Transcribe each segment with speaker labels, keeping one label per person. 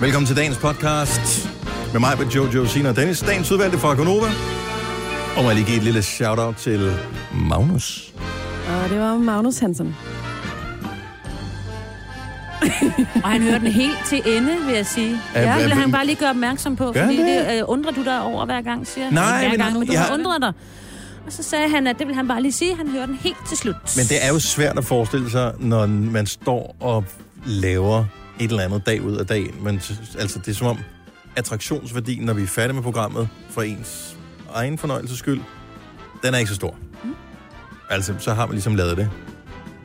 Speaker 1: Velkommen til dagens podcast med mig, med Jojo, Sina og Dennis. Dagens udvalgte fra Konova. Og må jeg lige give et lille shout-out til Magnus.
Speaker 2: Og Ah, det var Magnus Hansen.
Speaker 3: Og han hører den helt til ende, vil jeg sige.
Speaker 1: Ja,
Speaker 3: Ja,
Speaker 1: hvad-
Speaker 3: vil han bare lige gøre opmærksom på,
Speaker 1: Gør
Speaker 3: fordi
Speaker 1: han det?
Speaker 3: det øh, undrer du dig over hver gang, siger han.
Speaker 1: Nej,
Speaker 3: Ikke hver
Speaker 1: men
Speaker 3: gang, men du
Speaker 1: jeg-
Speaker 3: har undret dig. Og så sagde han, at det vil han bare lige sige, han hører den helt til slut.
Speaker 1: Men det er jo svært at forestille sig, når man står og laver et eller andet dag ud af dagen. Men s- altså, det er som om attraktionsværdien, når vi er færdige med programmet, for ens egen fornøjelses skyld, den er ikke så stor. Altså, så har man ligesom lavet det.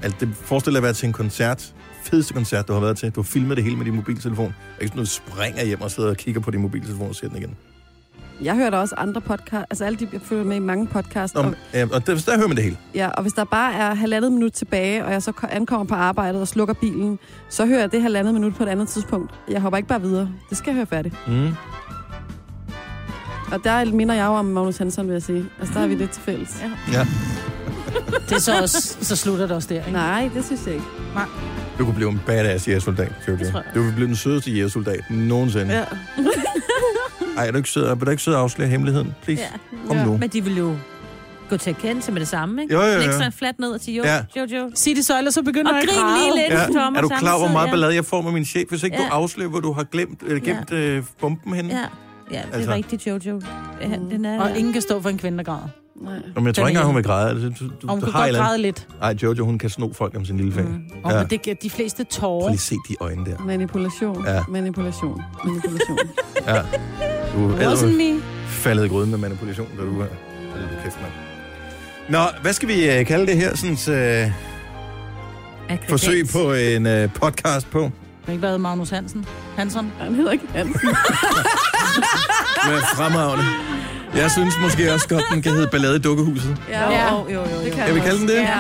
Speaker 1: Altså, det forestil dig at være til en koncert. Fedeste koncert, du har været til. Du har filmet det hele med din mobiltelefon. Det er ikke sådan, at du springer hjem og sidder og kigger på din mobiltelefon og ser den igen.
Speaker 2: Jeg hører da også andre podcast, altså alle de, jeg følger med i mange podcasts.
Speaker 1: Nå,
Speaker 2: Og,
Speaker 1: men, øh, og der, der hører man det hele.
Speaker 2: ja, og hvis der bare er halvandet minut tilbage, og jeg så ko- ankommer på arbejdet og slukker bilen, så hører jeg det halvandet minut på et andet tidspunkt. Jeg hopper ikke bare videre. Det skal jeg høre færdigt.
Speaker 1: Mm.
Speaker 2: Og der minder jeg jo om Magnus Hansen, vil jeg sige. Altså, der er vi lidt til fælles.
Speaker 3: Ja.
Speaker 1: Ja.
Speaker 4: Det er så, også, så slutter det også der, ikke?
Speaker 2: Nej, det synes jeg ikke.
Speaker 1: Du kunne blive en badass jægersoldat, Jojo.
Speaker 3: Det tror jeg.
Speaker 1: Du ville blive den sødeste jægersoldat nogensinde. Ja. Ej, er du ikke sød? Vil du ikke sød at afsløre hemmeligheden? Please, ja. kom
Speaker 2: Ja.
Speaker 1: nu.
Speaker 3: Men de vil jo gå til erkendelse med det samme, ikke?
Speaker 1: Jo, jo, jo.
Speaker 3: Lægge sig fladt ned og sige, jo,
Speaker 1: Ja.
Speaker 3: jo, jo.
Speaker 4: Sig det så, ellers så begynder
Speaker 3: Og
Speaker 4: jeg at
Speaker 3: grin
Speaker 4: græde.
Speaker 3: lige lidt,
Speaker 1: Ja.
Speaker 3: Thomas.
Speaker 1: Er du klar over, hvor
Speaker 3: samtidig?
Speaker 1: meget
Speaker 3: Ja.
Speaker 1: ballade jeg får med min chef, hvis ikke ja.
Speaker 3: Ja.
Speaker 1: du afslører, hvor du har glemt, øh, gemt ja. øh, bomben henne? Ja.
Speaker 3: Ja, ja det er
Speaker 1: Altså.
Speaker 3: rigtigt, Jojo. Ja, den er,
Speaker 4: Og ingen kan stå for en kvinde, der græder.
Speaker 2: Nej.
Speaker 1: Jamen, jeg tror
Speaker 4: Den
Speaker 1: ikke engang,
Speaker 4: ene.
Speaker 1: hun vil græde. Altså, du, du,
Speaker 4: Og hun
Speaker 1: du
Speaker 4: kan
Speaker 1: har et
Speaker 4: godt
Speaker 1: eller
Speaker 4: græde
Speaker 1: andet.
Speaker 4: lidt.
Speaker 1: Ej, Jojo, hun kan sno folk om sin lille fag. Mm.
Speaker 4: Og
Speaker 1: Ja.
Speaker 4: ja. det, kan- de fleste
Speaker 1: Prøv
Speaker 4: tårer.
Speaker 1: lige at se de øjne der.
Speaker 2: Manipulation,
Speaker 1: Ja.
Speaker 2: ja. manipulation, manipulation.
Speaker 1: Ja. Du er
Speaker 4: Wasn't
Speaker 1: allerede
Speaker 4: me.
Speaker 1: faldet i gryden med manipulation, da du er. Hold nu kæft, mand. Nå, hvad skal vi øh, kalde det her? Sådan øh,
Speaker 3: Aggregat.
Speaker 1: forsøg på en øh, podcast på.
Speaker 4: Men ikke været Magnus Hansen. Hansen.
Speaker 2: Han hedder ikke Hansen.
Speaker 1: med fremragende. Jeg synes måske også godt, den kan hedde Ballade i Dukkehuset.
Speaker 2: Ja,
Speaker 4: Ja.
Speaker 2: jo, jo, jo. Det kan
Speaker 1: Kan vi kalde den det?
Speaker 2: Ja.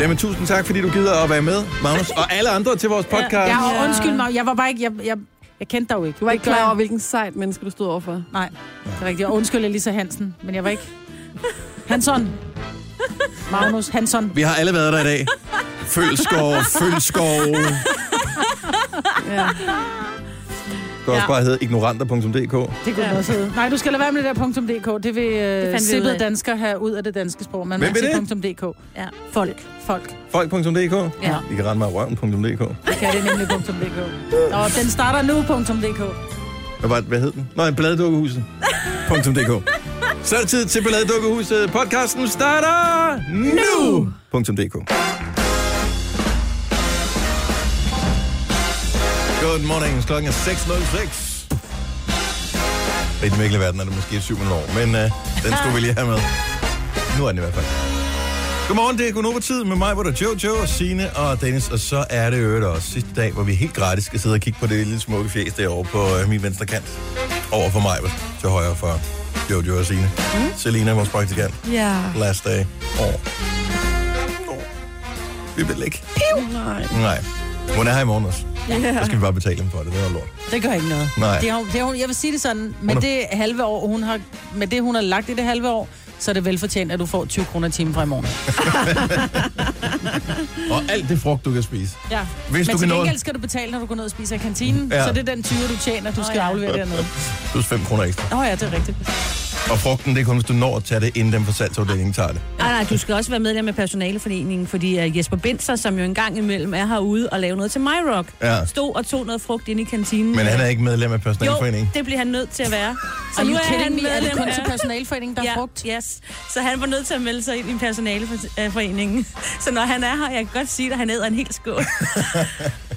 Speaker 1: Jamen, tusind tak, fordi du gider at være med, Magnus, og alle andre til vores podcast.
Speaker 4: Ja,
Speaker 1: Ja,
Speaker 4: og undskyld mig, jeg var bare ikke... Jeg, jeg, jeg kendte dig jo ikke.
Speaker 2: Du var ikke
Speaker 4: Det gør
Speaker 2: klar over,
Speaker 4: jeg.
Speaker 2: hvilken sejt menneske du stod overfor.
Speaker 4: Nej, det er rigtigt. Og undskyld Elisa Hansen, men jeg var ikke... Hanson. Magnus Hanson.
Speaker 1: Vi har alle været der i dag. Følskov, Følskov.
Speaker 2: Ja.
Speaker 1: Det kan også bare hedde ignoranter.dk.
Speaker 4: Det kunne ja. også hedde. Nej, du skal lade være med det der .dk. Det vil
Speaker 3: fandt vi
Speaker 4: øh,
Speaker 3: ud
Speaker 4: sippede
Speaker 3: af.
Speaker 4: danskere have ud af det danske sprog. Man
Speaker 1: Hvem
Speaker 4: må
Speaker 1: vil
Speaker 4: sige .dk.
Speaker 3: Ja.
Speaker 4: Folk. Folk.
Speaker 1: Folk.dk.
Speaker 3: Ja.
Speaker 1: I kan rende mig af røven.dk.
Speaker 4: Det kan det nemlig .dk. Og den starter nu .dk.
Speaker 1: Hvad, var, det- hvad hed den? Nej, balladedukkehuset.dk. Så er det tid til Balladedukkehuset. Podcasten starter nu! .dk. Good morning. Klokken er 6.06. I den virkelige verden er det måske 7 år, men øh, den skulle vi lige have med. Nu er den i hvert fald. Godmorgen, det er Gunova tid med mig, hvor der er Jojo, Sine og Dennis, og så er det i øvrigt også sidste dag, hvor vi helt gratis skal sidde og kigge på det lille smukke fjes derovre på øh, min venstre kant. Over for mig, til højre for Jojo og Sine. Mm. Selina, vores praktikant.
Speaker 2: ja.
Speaker 1: Last day. År. År. Vi vil ikke.
Speaker 2: Nej.
Speaker 1: Nej. Hun er her i morgen også. Så
Speaker 2: Ja.
Speaker 1: skal vi bare betale hende for det. Det var lort.
Speaker 4: Det gør ikke noget.
Speaker 1: Nej.
Speaker 4: Det har, det har, jeg vil sige det sådan, med
Speaker 1: Hun
Speaker 4: det halve år, hun har, med det hun har lagt i det halve år, så er det velfortjent, at du får 20 kroner i timen fra i morgen.
Speaker 1: Og alt det frugt, du kan spise.
Speaker 4: Ja. Men
Speaker 1: Hvis du kan
Speaker 4: til
Speaker 1: nå
Speaker 4: gengæld
Speaker 1: det.
Speaker 4: skal du betale, når du går ned og spiser i kantinen.
Speaker 1: Ja.
Speaker 4: Ja. Så det er den 20, du tjener, du skal
Speaker 3: ja.
Speaker 4: aflevere dernede.
Speaker 1: Plus 5 kroner ekstra.
Speaker 4: Åh oh, ja, det er rigtigt.
Speaker 1: Og frugten, det er kun, hvis du når at tage det, inden dem fra salgsafdelingen tager det.
Speaker 3: Ah, Nej, nej, du skal også være medlem af personaleforeningen, fordi uh, Jesper Binser, som jo engang imellem er herude og laver noget til MyRock,
Speaker 1: Ja.
Speaker 3: stod og tog noget frugt ind i kantinen.
Speaker 1: Men han er ikke medlem af
Speaker 3: jo,
Speaker 1: personalforeningen.
Speaker 3: det bliver han nødt til at være.
Speaker 4: Så nu er han med, er det
Speaker 3: medlem
Speaker 4: kun
Speaker 3: af-
Speaker 4: til personalforeningen, der er frugt?
Speaker 3: Ja, yes. Så han var nødt til at melde sig ind i personaleforeningen. Så når han er her, jeg kan godt sige, at han æder en hel skål.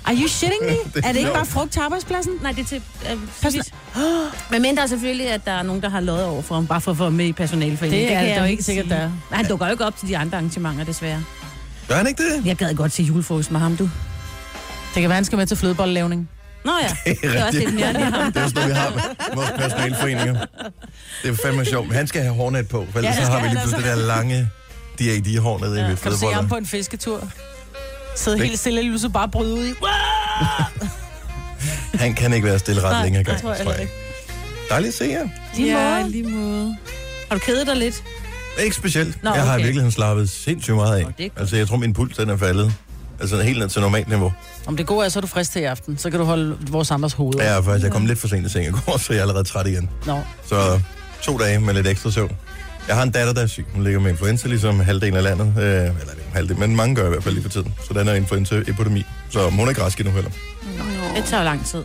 Speaker 4: Are you shitting me?
Speaker 1: er
Speaker 4: er det ikke
Speaker 1: sjovt.
Speaker 4: bare frugt til arbejdspladsen?
Speaker 3: Nej, det er til... Øh, Person- Men mindre selvfølgelig, at der er nogen, der har løjet over for ham, bare for at få ham med i personaleforeningen.
Speaker 4: Det er
Speaker 3: kan
Speaker 4: der
Speaker 3: jeg
Speaker 4: jo
Speaker 3: jo
Speaker 4: ikke sikkert,
Speaker 3: sige.
Speaker 4: der er.
Speaker 3: Nej, han dukker jo ikke op til de andre arrangementer, desværre.
Speaker 1: Gør han ikke det?
Speaker 3: Jeg gad godt til julefrokost med ham, du.
Speaker 4: Det kan være, han skal med til flødebollelevning.
Speaker 3: Nå ja, det er også
Speaker 1: rigtigt.
Speaker 3: lidt nørdigt ham.
Speaker 1: Det er sådan noget, vi har med vores personaleforeninger. Det er fandme sjovt. Men han skal have hårnet på, for ellers
Speaker 4: Ja,
Speaker 1: ja,
Speaker 4: det
Speaker 1: så har
Speaker 4: skal
Speaker 1: vi lige
Speaker 4: han altså.
Speaker 1: pludselig det der lange DAD-hår nede ja.
Speaker 4: Kan
Speaker 1: i
Speaker 4: du se ham
Speaker 1: flødebollerne.
Speaker 4: på en fisketur? Sidde
Speaker 1: Det-
Speaker 4: helt stille, og så bare bryde ud i.
Speaker 1: Han kan ikke være stille ret
Speaker 4: Nej,
Speaker 1: længere
Speaker 4: det
Speaker 1: gang,
Speaker 4: tror jeg
Speaker 1: tror jeg.
Speaker 4: heller
Speaker 1: Dejligt at se jer.
Speaker 4: Lige
Speaker 2: ja,
Speaker 4: måde.
Speaker 2: lige måde.
Speaker 3: Har du kedet dig lidt?
Speaker 1: Ikke specielt.
Speaker 3: Nå,
Speaker 1: jeg har i
Speaker 3: okay.
Speaker 1: virkeligheden slappet sindssygt meget af.
Speaker 3: Nå, det er godt.
Speaker 1: altså, jeg tror, min puls den er faldet Altså helt ned til normalt niveau.
Speaker 4: Om det gode er, så er du frisk til i aften. Så kan du holde vores andres hoveder.
Speaker 1: Jeg er faktisk, jeg kom lidt for sent i seng i går, så jeg er allerede træt igen.
Speaker 4: Nå.
Speaker 1: Så to dage med lidt ekstra søvn. Jeg har en datter, der er syg. Hun ligger med influenza, ligesom halvdelen af landet. Øh, eller det er ikke halvdelen, men mange gør i hvert fald lige for tiden. Så den er influenza-epidemi. Så hun er ikke rask endnu heller.
Speaker 3: Det tager jo lang tid.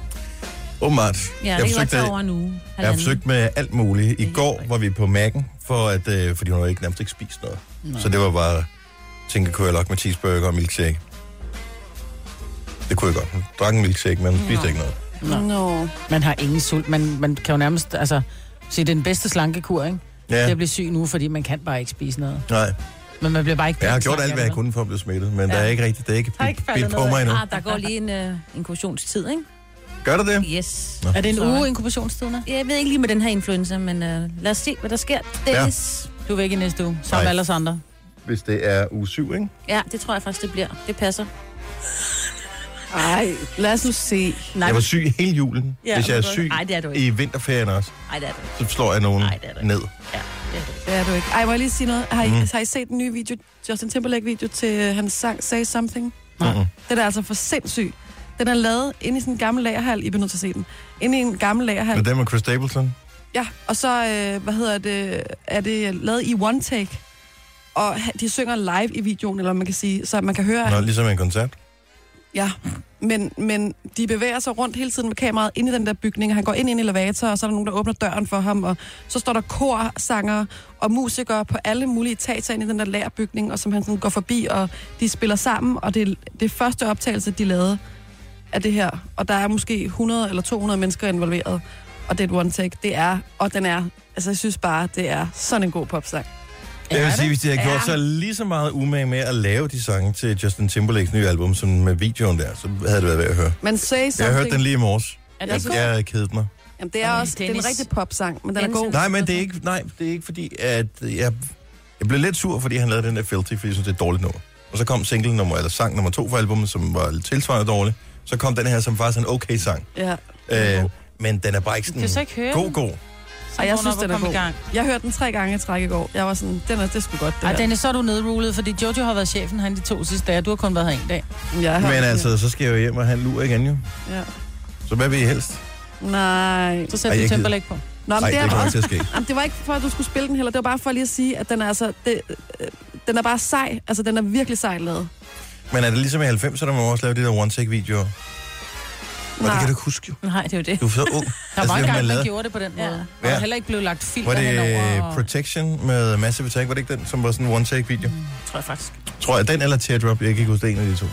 Speaker 1: Åbenbart.
Speaker 3: Ja, det kan godt tage over en uge.
Speaker 1: jeg har
Speaker 3: halvanden.
Speaker 1: forsøgt med alt muligt. I
Speaker 3: helt
Speaker 1: går
Speaker 3: rigtigt.
Speaker 1: var vi på Mac'en, for at, øh, fordi hun havde ikke nærmest ikke spist noget.
Speaker 4: Nå.
Speaker 1: Så det var bare, tænke, kunne jeg lokke med cheeseburger og milkshake? Det kunne jeg godt. Hun drak en milkshake, men spiste ikke noget.
Speaker 4: Nå.
Speaker 2: Nå.
Speaker 4: Man har ingen sult. Man, man kan jo nærmest, altså, sige, det er den bedste slankekur, ikke? Ja. Det
Speaker 1: Ja,
Speaker 4: at blive syg nu, fordi man kan bare ikke spise noget.
Speaker 1: nej.
Speaker 4: Men man bliver bare ikke...
Speaker 1: Jeg har gjort
Speaker 4: slank
Speaker 1: alt, hvad
Speaker 4: af
Speaker 1: jeg
Speaker 4: det.
Speaker 1: kunne for at blive smittet, men ja. der
Speaker 3: Ja.
Speaker 1: er ikke rigtigt, det er ikke
Speaker 4: Der er ikke faldet
Speaker 1: bidt på mig endnu.
Speaker 3: Ah, der går lige en, øh, en kursionstid, ikke?
Speaker 1: Gør det det?
Speaker 3: Yes.
Speaker 1: Nå.
Speaker 4: Er det en
Speaker 3: Så-
Speaker 4: uge inkubationstid, Nat?
Speaker 3: Jeg ved ikke lige med den her influenza, men øh, lad os se, hvad der sker. Dennis.
Speaker 4: Du er væk i næste uge, som
Speaker 1: Nej.
Speaker 4: alle os andre.
Speaker 1: Hvis det er uge 7, ikke?
Speaker 3: Ja. ja, det tror jeg faktisk, det bliver. Det passer.
Speaker 2: Ej, lad os nu se.
Speaker 3: Nej,
Speaker 1: Jeg var syg hele julen.
Speaker 3: Ja,
Speaker 1: Hvis jeg er
Speaker 3: det-
Speaker 1: syg
Speaker 3: Ej, det er du ikke.
Speaker 1: i vinterferien også,
Speaker 3: Nej, det er det. ikke.
Speaker 1: så slår jeg nogen
Speaker 3: Nej, det er det ikke.
Speaker 1: ned.
Speaker 3: Ja, det er det. ikke.
Speaker 2: Det er du ikke. Ej, må jeg lige sige noget? Har I,
Speaker 1: Mm.
Speaker 2: mm. har I set den nye video, Justin Timberlake-video til øh, hans sang Say Something?
Speaker 4: Nej.
Speaker 1: Mm-mm.
Speaker 2: Den er altså for sindssyg. Den er lavet inde i sådan en gammel lagerhal. I bliver nødt til at se den. Inde i en gammel
Speaker 1: Men
Speaker 2: lagerhal.
Speaker 1: det med Chris Stapleton.
Speaker 2: Ja, og så, øh, hvad hedder det, er det lavet i one take. Og ha- de synger live i videoen, eller hvad man kan sige, så man kan høre...
Speaker 1: Nå, ligesom en koncert.
Speaker 2: Ja, men, men de bevæger sig rundt hele tiden med kameraet ind i den der bygning, og han går ind i en elevator, og så er der nogen, der åbner døren for ham, og så står der korsanger og musikere på alle mulige etager ind i den der lærbygning, og som han sådan går forbi, og de spiller sammen, og det er det er første optagelse, de lavede af det her, og der er måske 100 eller 200 mennesker involveret, og det er et one take. Det er, og den er, altså jeg synes bare, det er sådan en god popsang.
Speaker 1: Jeg vil
Speaker 4: Er
Speaker 1: sige,
Speaker 4: det?
Speaker 1: hvis de har gjort
Speaker 2: Ja.
Speaker 1: sig lige så meget umage med at lave de sange til Justin Timberlakes nye album, som med videoen der, så havde det været værd at høre.
Speaker 2: Men Say Something,
Speaker 1: Jeg hørte den lige i morges.
Speaker 4: Er det
Speaker 1: Jeg,
Speaker 4: ikke
Speaker 1: jeg havde kedet mig.
Speaker 2: jamen, det er
Speaker 4: Ej,
Speaker 2: også det er en
Speaker 4: Dennis.
Speaker 2: rigtig popsang, men den er
Speaker 3: Dennis,
Speaker 2: god.
Speaker 1: Nej, men det er ikke, nej, det er ikke fordi, at jeg, jeg blev lidt sur, fordi han lavede den der Filthy, fordi jeg synes, det er et dårligt nummer. Og så kom single nummer, eller sang nummer to fra albumet, som var lidt tilsvarende dårlig. Så kom den her, som faktisk er en okay sang.
Speaker 2: Ja.
Speaker 1: Øh, men den er bare ikke
Speaker 4: Du kan så
Speaker 1: sådan
Speaker 4: ikke høre
Speaker 1: god,
Speaker 4: den.
Speaker 1: god.
Speaker 4: Så
Speaker 2: Og jeg
Speaker 4: vågner
Speaker 2: synes,
Speaker 4: op og
Speaker 2: den er
Speaker 4: kommer i
Speaker 2: god.
Speaker 4: gang.
Speaker 2: Jeg hørte den tre gange i træk i går. Jeg var sådan, den er, det skulle godt, det
Speaker 4: Ej,
Speaker 2: her.
Speaker 4: Dennis, så er du nedrulet, fordi Jojo har været chefen han de to sidste dage. Du har kun været her en dag.
Speaker 2: Jeg har hørt
Speaker 1: Men
Speaker 2: den.
Speaker 1: altså, så skal jeg jo hjem og have en lur igen jo.
Speaker 2: Ja.
Speaker 1: Så hvad vil I helst?
Speaker 2: Nej.
Speaker 4: Så
Speaker 1: Ej,
Speaker 4: sætter
Speaker 1: jeg
Speaker 4: du
Speaker 1: gider.
Speaker 4: Timberlake på.
Speaker 2: Nå, men
Speaker 1: Nej,
Speaker 2: det,
Speaker 1: det kommer
Speaker 2: er
Speaker 1: ikke
Speaker 2: også,
Speaker 1: til at ske.
Speaker 2: jamen, det var ikke for, at du skulle spille den heller. Det var bare for lige at sige, at den er altså... Det, øh, den er bare sej. Altså, den er virkelig sejt lavet.
Speaker 1: Men er det ligesom i 90'erne, man også lavede de der one-take-videoer? Og det
Speaker 2: Nej.
Speaker 1: kan du ikke huske jo.
Speaker 3: Nej, det er jo det.
Speaker 1: Du er så ung.
Speaker 4: Der var
Speaker 1: Altså, det,
Speaker 4: en
Speaker 1: man
Speaker 4: gang, man
Speaker 1: lavede.
Speaker 4: gjorde det på den
Speaker 3: Ja.
Speaker 4: måde. Og
Speaker 1: Ja.
Speaker 4: der heller ikke blev lagt filter
Speaker 1: Var det
Speaker 4: henover.
Speaker 1: øh,
Speaker 4: og-
Speaker 1: Protection med Massive Attack? Var det ikke den, som var sådan en one-take-video? Mm.
Speaker 3: Tror jeg faktisk.
Speaker 1: Tror jeg, den eller Teardrop? Jeg kan ikke huske det en af de to.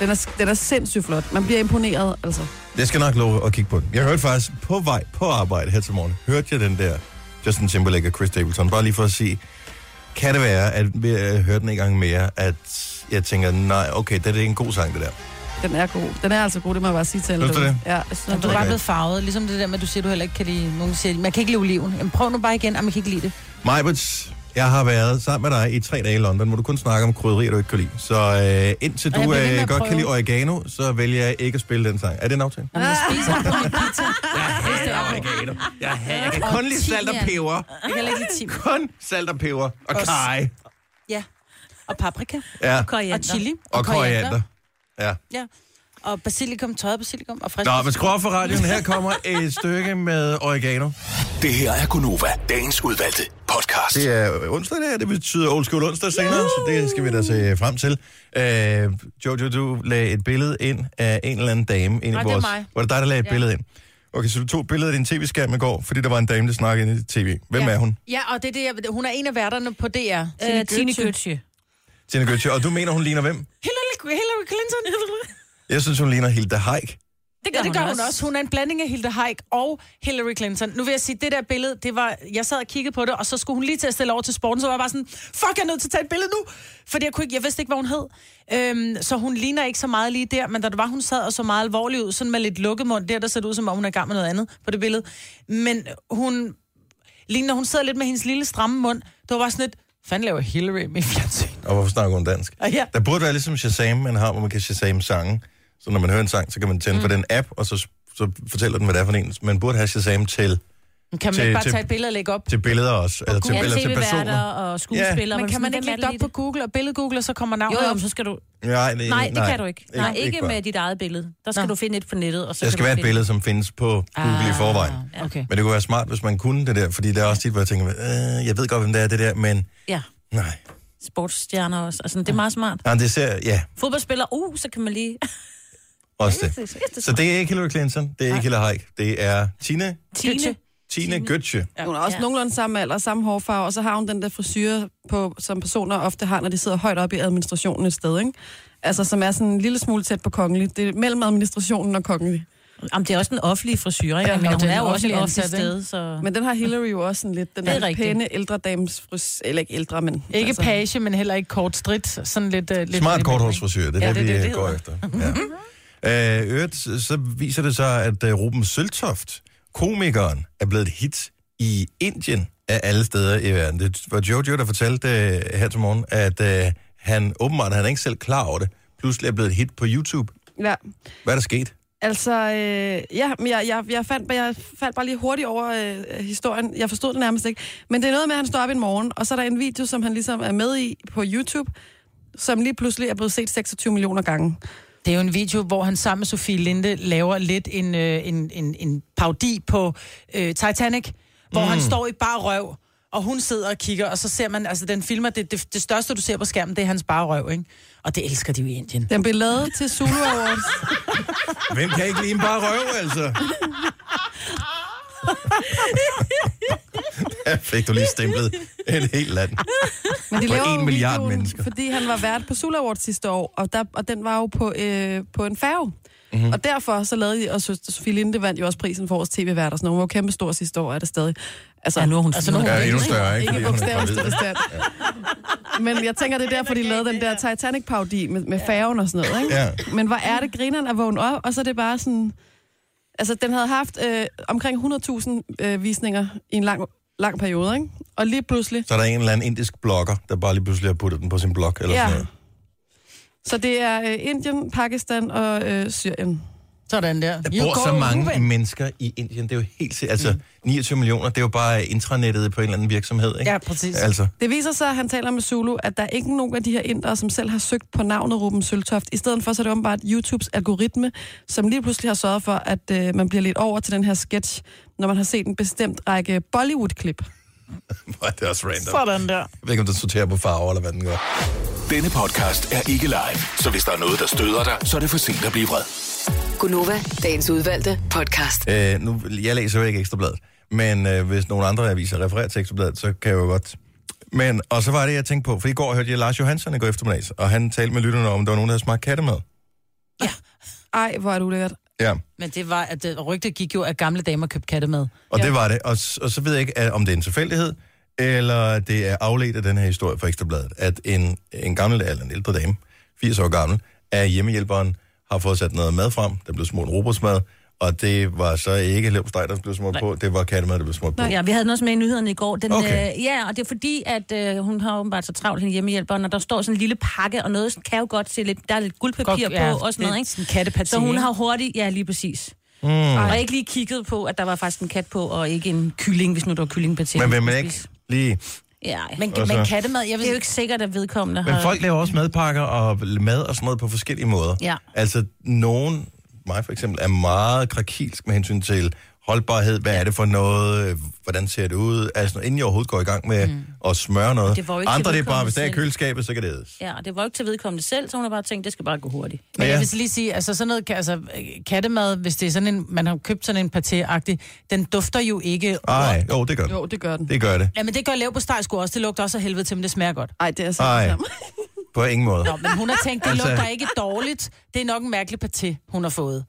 Speaker 2: Den er, den er sindssygt flot. Man bliver imponeret, altså.
Speaker 1: Jeg skal nok love at kigge på den. Jeg hørte faktisk på vej på arbejde her til morgen, hørte jeg den der Justin Timberlake og Chris Stapleton, bare lige for at sige, kan det være, at ved at høre den en gang mere, at jeg tænker, nej, okay, det er ikke en god sang, det der.
Speaker 2: Den er god. Den er altså god, det må jeg bare sige til alle.
Speaker 1: Synes du
Speaker 2: derude.
Speaker 1: det?
Speaker 2: Ja, jeg synes,
Speaker 4: Nå,
Speaker 2: den
Speaker 4: du
Speaker 2: er
Speaker 4: er
Speaker 1: Okay.
Speaker 4: bare blevet farvet. Ligesom det der med, at du siger, du heller ikke kan lide... Nogen siger, man kan ikke lide oliven. Jamen, prøv nu bare igen, og man kan ikke lide det.
Speaker 1: Majbrits, jeg har været sammen med dig i tre dage i London, hvor du kun snakker om krydderier, du ikke kan lide. Så øh, indtil
Speaker 4: Og
Speaker 1: du
Speaker 4: jeg bliver ved med
Speaker 1: øh,
Speaker 4: at
Speaker 1: godt
Speaker 4: prøve.
Speaker 1: kan lide oregano, så vælger jeg ikke at spille den sang. Er det en aftale?
Speaker 4: Når man spiser den på min pizza.
Speaker 1: Jeg hader oregano. Jeg, hader, jeg kan kun lide salt og peber.
Speaker 4: Jeg kan heller ikke lide timian.
Speaker 1: Kun salt og peber. Og kaj.
Speaker 4: Ja. Og paprika.
Speaker 1: Ja,
Speaker 3: Koriander.
Speaker 4: Og chili.
Speaker 1: og koriander. Ja.
Speaker 4: Ja. Og basilikum, tøjet basilikum og frisk.
Speaker 1: Nå, men skru op for radioen. Her kommer et stykke med oregano.
Speaker 5: Det her er Gonova, dagens udvalgte podcast.
Speaker 1: Det er onsdag, det her. Det betyder Old School onsdag senere, så det skal vi da se frem til. Øh, Jojo, du lagde et billede ind af en eller anden dame. Ind
Speaker 4: Nej,
Speaker 1: i
Speaker 4: det er
Speaker 1: vores,
Speaker 4: mig.
Speaker 1: Var det dig, der lagde et billede ind? Okay, så du tog et billede af din tv-skærm i går, fordi der var en dame, der snakkede ind i tv. Hvem
Speaker 4: ja.
Speaker 1: er hun?
Speaker 4: Ja, og det er det, jeg, hun er en af værterne på DR. Øh,
Speaker 3: Øh, Tine Gøtje.
Speaker 1: Tina Gøtje. Og du mener, hun ligner hvem?
Speaker 4: Hillary, Hillary Clinton.
Speaker 1: Jeg synes, hun ligner Hilda Heik.
Speaker 4: Det gør, det gør hun også. Hun er en blanding af Hilda Haik og Hillary Clinton. Nu vil jeg sige, det der billede, det var, jeg sad og kiggede på det, og så skulle hun lige til at stille over til sporten, så var jeg bare sådan, fuck, jeg er nødt til at tage et billede nu, fordi jeg, kunne ikke, jeg vidste ikke, hvad hun hed. Øhm, så hun ligner ikke så meget lige der, men da det var, hun sad og så meget alvorlig ud, sådan med lidt lukket mund, der, der ser det ud, som om hun er i gang med noget andet på det billede. Men hun ligner, hun sidder lidt med hendes lille stramme mund. Det var bare sådan lidt, fanden laver Hillary med fjernsyn?
Speaker 1: Og hvorfor snakker hun dansk?
Speaker 4: Og ja,
Speaker 1: Der burde være ligesom Shazam, man har, hvor man kan Shazam sange. Så når man hører en sang, så kan man tænde mm. for den app, og så, så fortæller den, hvad det er for en. Man burde have Shazam til
Speaker 4: Kan man
Speaker 1: Til-
Speaker 4: ikke bare
Speaker 1: til-
Speaker 4: tage et billede og lægge op?
Speaker 1: til billeder også, eller til,
Speaker 3: Ja,
Speaker 1: eller til
Speaker 3: tv-værter
Speaker 1: personer.
Speaker 3: og skuespillere.
Speaker 4: Men
Speaker 3: hvor
Speaker 4: kan
Speaker 3: sådan,
Speaker 4: man
Speaker 3: hvem
Speaker 4: ikke
Speaker 3: er
Speaker 4: lægge det
Speaker 3: det
Speaker 4: op på
Speaker 3: lige?
Speaker 4: Google og billedgoogle, og så kommer navnet
Speaker 3: Jo, jo,
Speaker 4: op?
Speaker 3: men så skal du...
Speaker 1: Nej, nej,
Speaker 3: Nej, det kan du ikke. Nej, ikke
Speaker 1: bare.
Speaker 3: med dit eget billede. Der skal
Speaker 4: Nå.
Speaker 3: du finde et på nettet, og så
Speaker 1: Der
Speaker 3: kan
Speaker 1: skal
Speaker 3: du
Speaker 1: være et
Speaker 3: finde-
Speaker 1: billede, som findes på Google i forvejen.
Speaker 4: Ah, Okay.
Speaker 1: Men det kunne være smart, hvis man kunne det der, fordi der er også tit, hvor jeg tænker, øh, jeg ved godt, hvem det er, det der, men
Speaker 3: Ja,
Speaker 1: nej.
Speaker 3: sportsstjerner også. Altså, det er meget smart.
Speaker 1: Nej, det ser, ja,
Speaker 3: Fodboldspillere, uh, så kan man lige...
Speaker 1: også det.
Speaker 3: det er
Speaker 1: Så det er ikke Hillary Clinton, det er ikke Hillary Hayek, det er Tina,
Speaker 3: Tine.
Speaker 1: Tina Götze.
Speaker 2: Ja. Hun er også
Speaker 3: Ja.
Speaker 2: ja. nogenlunde samme alder, samme hårfarve, og så har hun den der frisyr, på, som personer ofte har, når de sidder højt oppe i administrationen et sted, ikke? Altså, som er sådan en lille smule tæt på kongelig. Det er mellem administrationen og kongelig.
Speaker 3: Jamen, det er også en offentlig frisyr, ikke? Ja,
Speaker 4: Ja,
Speaker 3: men
Speaker 4: nå,
Speaker 3: hun
Speaker 4: det er
Speaker 3: er jo
Speaker 4: en
Speaker 3: også et
Speaker 4: offentlig
Speaker 3: offentligt sted,
Speaker 4: ansat,
Speaker 3: så...
Speaker 2: Men den har Hillary jo også sådan lidt, den
Speaker 3: Det er
Speaker 2: der
Speaker 3: rigtigt.
Speaker 2: pæne ældre dames frys... Eller ikke ældre, men... altså-
Speaker 4: Ikke page, men heller ikke kort strid. Sådan lidt... Uh, lidt
Speaker 1: Altså- Smart
Speaker 4: lidt-
Speaker 1: korthårsfrisyr, det er
Speaker 4: Ja,
Speaker 1: ja, det,
Speaker 4: det er
Speaker 1: vi
Speaker 4: det,
Speaker 1: det,
Speaker 4: det
Speaker 1: går efter. Ja. Øh, øvrigt, så viser det sig, at øh, Ruben Søltoft, komikeren, er blevet et hit i Indien af alle steder i verden. Det var Jojo, der fortalte øh, her til morgen, at øh, han åbenbart, han er ikke selv klar over det, pludselig er blevet et hit på YouTube.
Speaker 2: Ja.
Speaker 1: Hvad er der sket?
Speaker 2: Altså, øh, ja, men jeg, jeg, jeg, fandt, jeg faldt bare lige hurtigt over øh, historien. Jeg forstod den nærmest ikke. Men det er noget med, at han står op en morgen, og så er der en video, som han ligesom er med i på YouTube, som lige pludselig er blevet set 26 millioner gange.
Speaker 4: Det er jo en video, hvor han sammen med Sofie Linde laver lidt en, øh, en, en, en parodi på øh, Titanic, hvor mm. han står i bare røv, og hun sidder og kigger, og så ser man, altså den filmer, det, det, det største, du ser på skærmen, det er hans bare røv, ikke? Og det elsker de jo i Indien.
Speaker 2: Den blev lavet til Zulu Awards.
Speaker 1: Hvem kan ikke lige en bare røve, altså? Der fik du lige stemplet et helt land.
Speaker 2: Men de
Speaker 1: For
Speaker 2: laver
Speaker 1: en
Speaker 2: jo
Speaker 1: milliard
Speaker 2: videoen,
Speaker 1: mennesker.
Speaker 2: Fordi han var vært på Sula Awards sidste år, og, der, og den var jo på, øh, på en færge.
Speaker 1: Mhm.
Speaker 2: Mm-hmm. Og derfor så lavede de, og søster Sofie Linde vandt jo også prisen for årets tv-vært og sådan noget. Hun var jo kæmpe stor sidste år, er det stadig. Altså,
Speaker 3: Ja, nu er hun
Speaker 2: altså, nu er hun
Speaker 1: Ja,
Speaker 2: rigtig
Speaker 1: endnu
Speaker 2: stor.
Speaker 1: større, ikke?
Speaker 2: Ikke
Speaker 1: Fordi hun er gravid. altså.
Speaker 2: bogstaveligt forstand. Men jeg tænker, det er derfor, de lavede den der Titanic-parodi med, med færgen og sådan noget, ikke?
Speaker 1: Ja.
Speaker 2: Men hvor er det grineren at vågne op, og så er det bare sådan... Altså, den havde haft øh, omkring 100.000 øh, visninger i en lang, lang periode, ikke? Og lige pludselig,
Speaker 1: Så er der en eller anden indisk blogger, der bare lige pludselig har puttet den på sin blog, eller ja.
Speaker 2: Ja.
Speaker 1: sådan noget.
Speaker 2: Så det er øh, Indien, Pakistan og øh, Syrien.
Speaker 4: Sådan der.
Speaker 1: Der bor så mange mennesker i Indien, det er jo helt sikkert. Altså,
Speaker 4: Mm.
Speaker 1: 29 millioner, det er jo bare intranettet på en eller anden virksomhed, ikke?
Speaker 4: Ja, præcis.
Speaker 1: Altså,
Speaker 2: Det viser sig, at han taler med Zulu, at der er ikke nogen af de her indere, som selv har søgt på navnet Ruben Søltoft. I stedet for, så er det åbenbart YouTubes algoritme, som lige pludselig har sørget for, at øh, man bliver lidt over til den her sketch, når man har set en bestemt række Bollywood-klip.
Speaker 1: hvor er det er også random.
Speaker 4: Sådan der.
Speaker 1: Jeg ved ikke, om den sorterer på farver, eller hvad den gør.
Speaker 5: Denne podcast er ikke live, så hvis der er noget, der støder dig, så er det for sent at blive vred.
Speaker 6: Gunova, dagens udvalgte podcast.
Speaker 1: Øh, nu, jeg læser jo ikke Ekstrabladet, men øh, hvis nogle andre aviser refererer til Ekstrabladet, så kan jeg jo godt. Men, og så var det, jeg tænkte på, for i går hørte jeg Lars Johansson i går eftermiddags, og han talte med lytterne om, der var nogen, der havde smagt kattemad.
Speaker 2: Ej, hvor er det ulækkert.
Speaker 1: Ja,
Speaker 4: Men det var, at øh, rygtet gik jo, at gamle damer købte katte med.
Speaker 1: og ja.
Speaker 2: Ja.
Speaker 1: det var det. Og, s- og så ved jeg ikke, at, om det er en tilfældighed, eller det er afledt af den her historie fra Ekstrabladet, at en, en gammel, eller en ældre dame, 80 år gammel, af hjemmehjælperen har fået sat noget mad frem, der blev smurt robotsmad, og det var så ikke løbsteg, der blev smurt Nej. på, det var kattemad, der blev smurt på.
Speaker 3: Ja, vi havde den også med i nyhederne i går. Den,
Speaker 1: Okay.
Speaker 3: okay. øh, ja, og det er fordi, at øh, hun har åbenbart så travlt, hende hjemmehjælper, og der står sådan en lille pakke, og noget sådan, kan jo godt se lidt, der er lidt guldpapir
Speaker 4: Godt,
Speaker 3: godt,
Speaker 4: ja,
Speaker 3: på, og sådan
Speaker 4: lidt
Speaker 3: noget, ikke?
Speaker 4: sådan kattepaté,
Speaker 3: Så hun
Speaker 4: ikke?
Speaker 3: har hurtigt, ja, lige præcis. Mm. Og ikke lige kigget på, at der var faktisk en kat på, og ikke en kylling, hvis nu der var kyllingpaté.
Speaker 1: Men vil
Speaker 3: hun
Speaker 1: man
Speaker 3: skulle
Speaker 1: ikke
Speaker 3: spise.
Speaker 1: lige...
Speaker 3: Ja, men
Speaker 4: Men,
Speaker 1: Og så-
Speaker 4: men kattemad, jeg
Speaker 3: det
Speaker 4: vil...
Speaker 3: er jo ikke sikkert, at vedkommende
Speaker 1: Men
Speaker 3: har...
Speaker 1: folk laver også madpakker og mad og sådan noget på forskellige måder.
Speaker 3: Ja.
Speaker 1: Altså, nogen, mig for eksempel, er meget krakilsk med hensyn til holdbarhed. Hvad er det for noget? øh, Hvordan ser det ud? Altså, inden jeg overhovedet går i gang med mm. at smøre noget.
Speaker 3: det var jo ikke
Speaker 1: Andre, det er bare,
Speaker 3: vedkommende
Speaker 1: hvis det er i
Speaker 3: selv.
Speaker 1: køleskabet, så kan det ædes.
Speaker 3: Ja, og det var jo ikke til vedkommende selv, så hun har bare tænkt, det skal bare gå hurtigt.
Speaker 4: Men
Speaker 1: Ja.
Speaker 4: jeg vil så lige sige, altså sådan noget, altså øh, kattemad, hvis det er sådan en, man har købt sådan en paté-agtig, den dufter jo ikke.
Speaker 1: Ej, jo, det gør det.
Speaker 2: Jo, det gør den.
Speaker 1: Det gør det.
Speaker 4: Ja, men det gør lav på steg sgu også, det lugter også af helvede til, men det smager godt.
Speaker 2: Ej, det er så
Speaker 1: Ej,
Speaker 2: sammen.
Speaker 1: på ingen måde.
Speaker 4: Nå, men hun har tænkt, det
Speaker 1: Altså-
Speaker 4: lugter ikke dårligt, det er nok en mærkelig paté, hun har fået.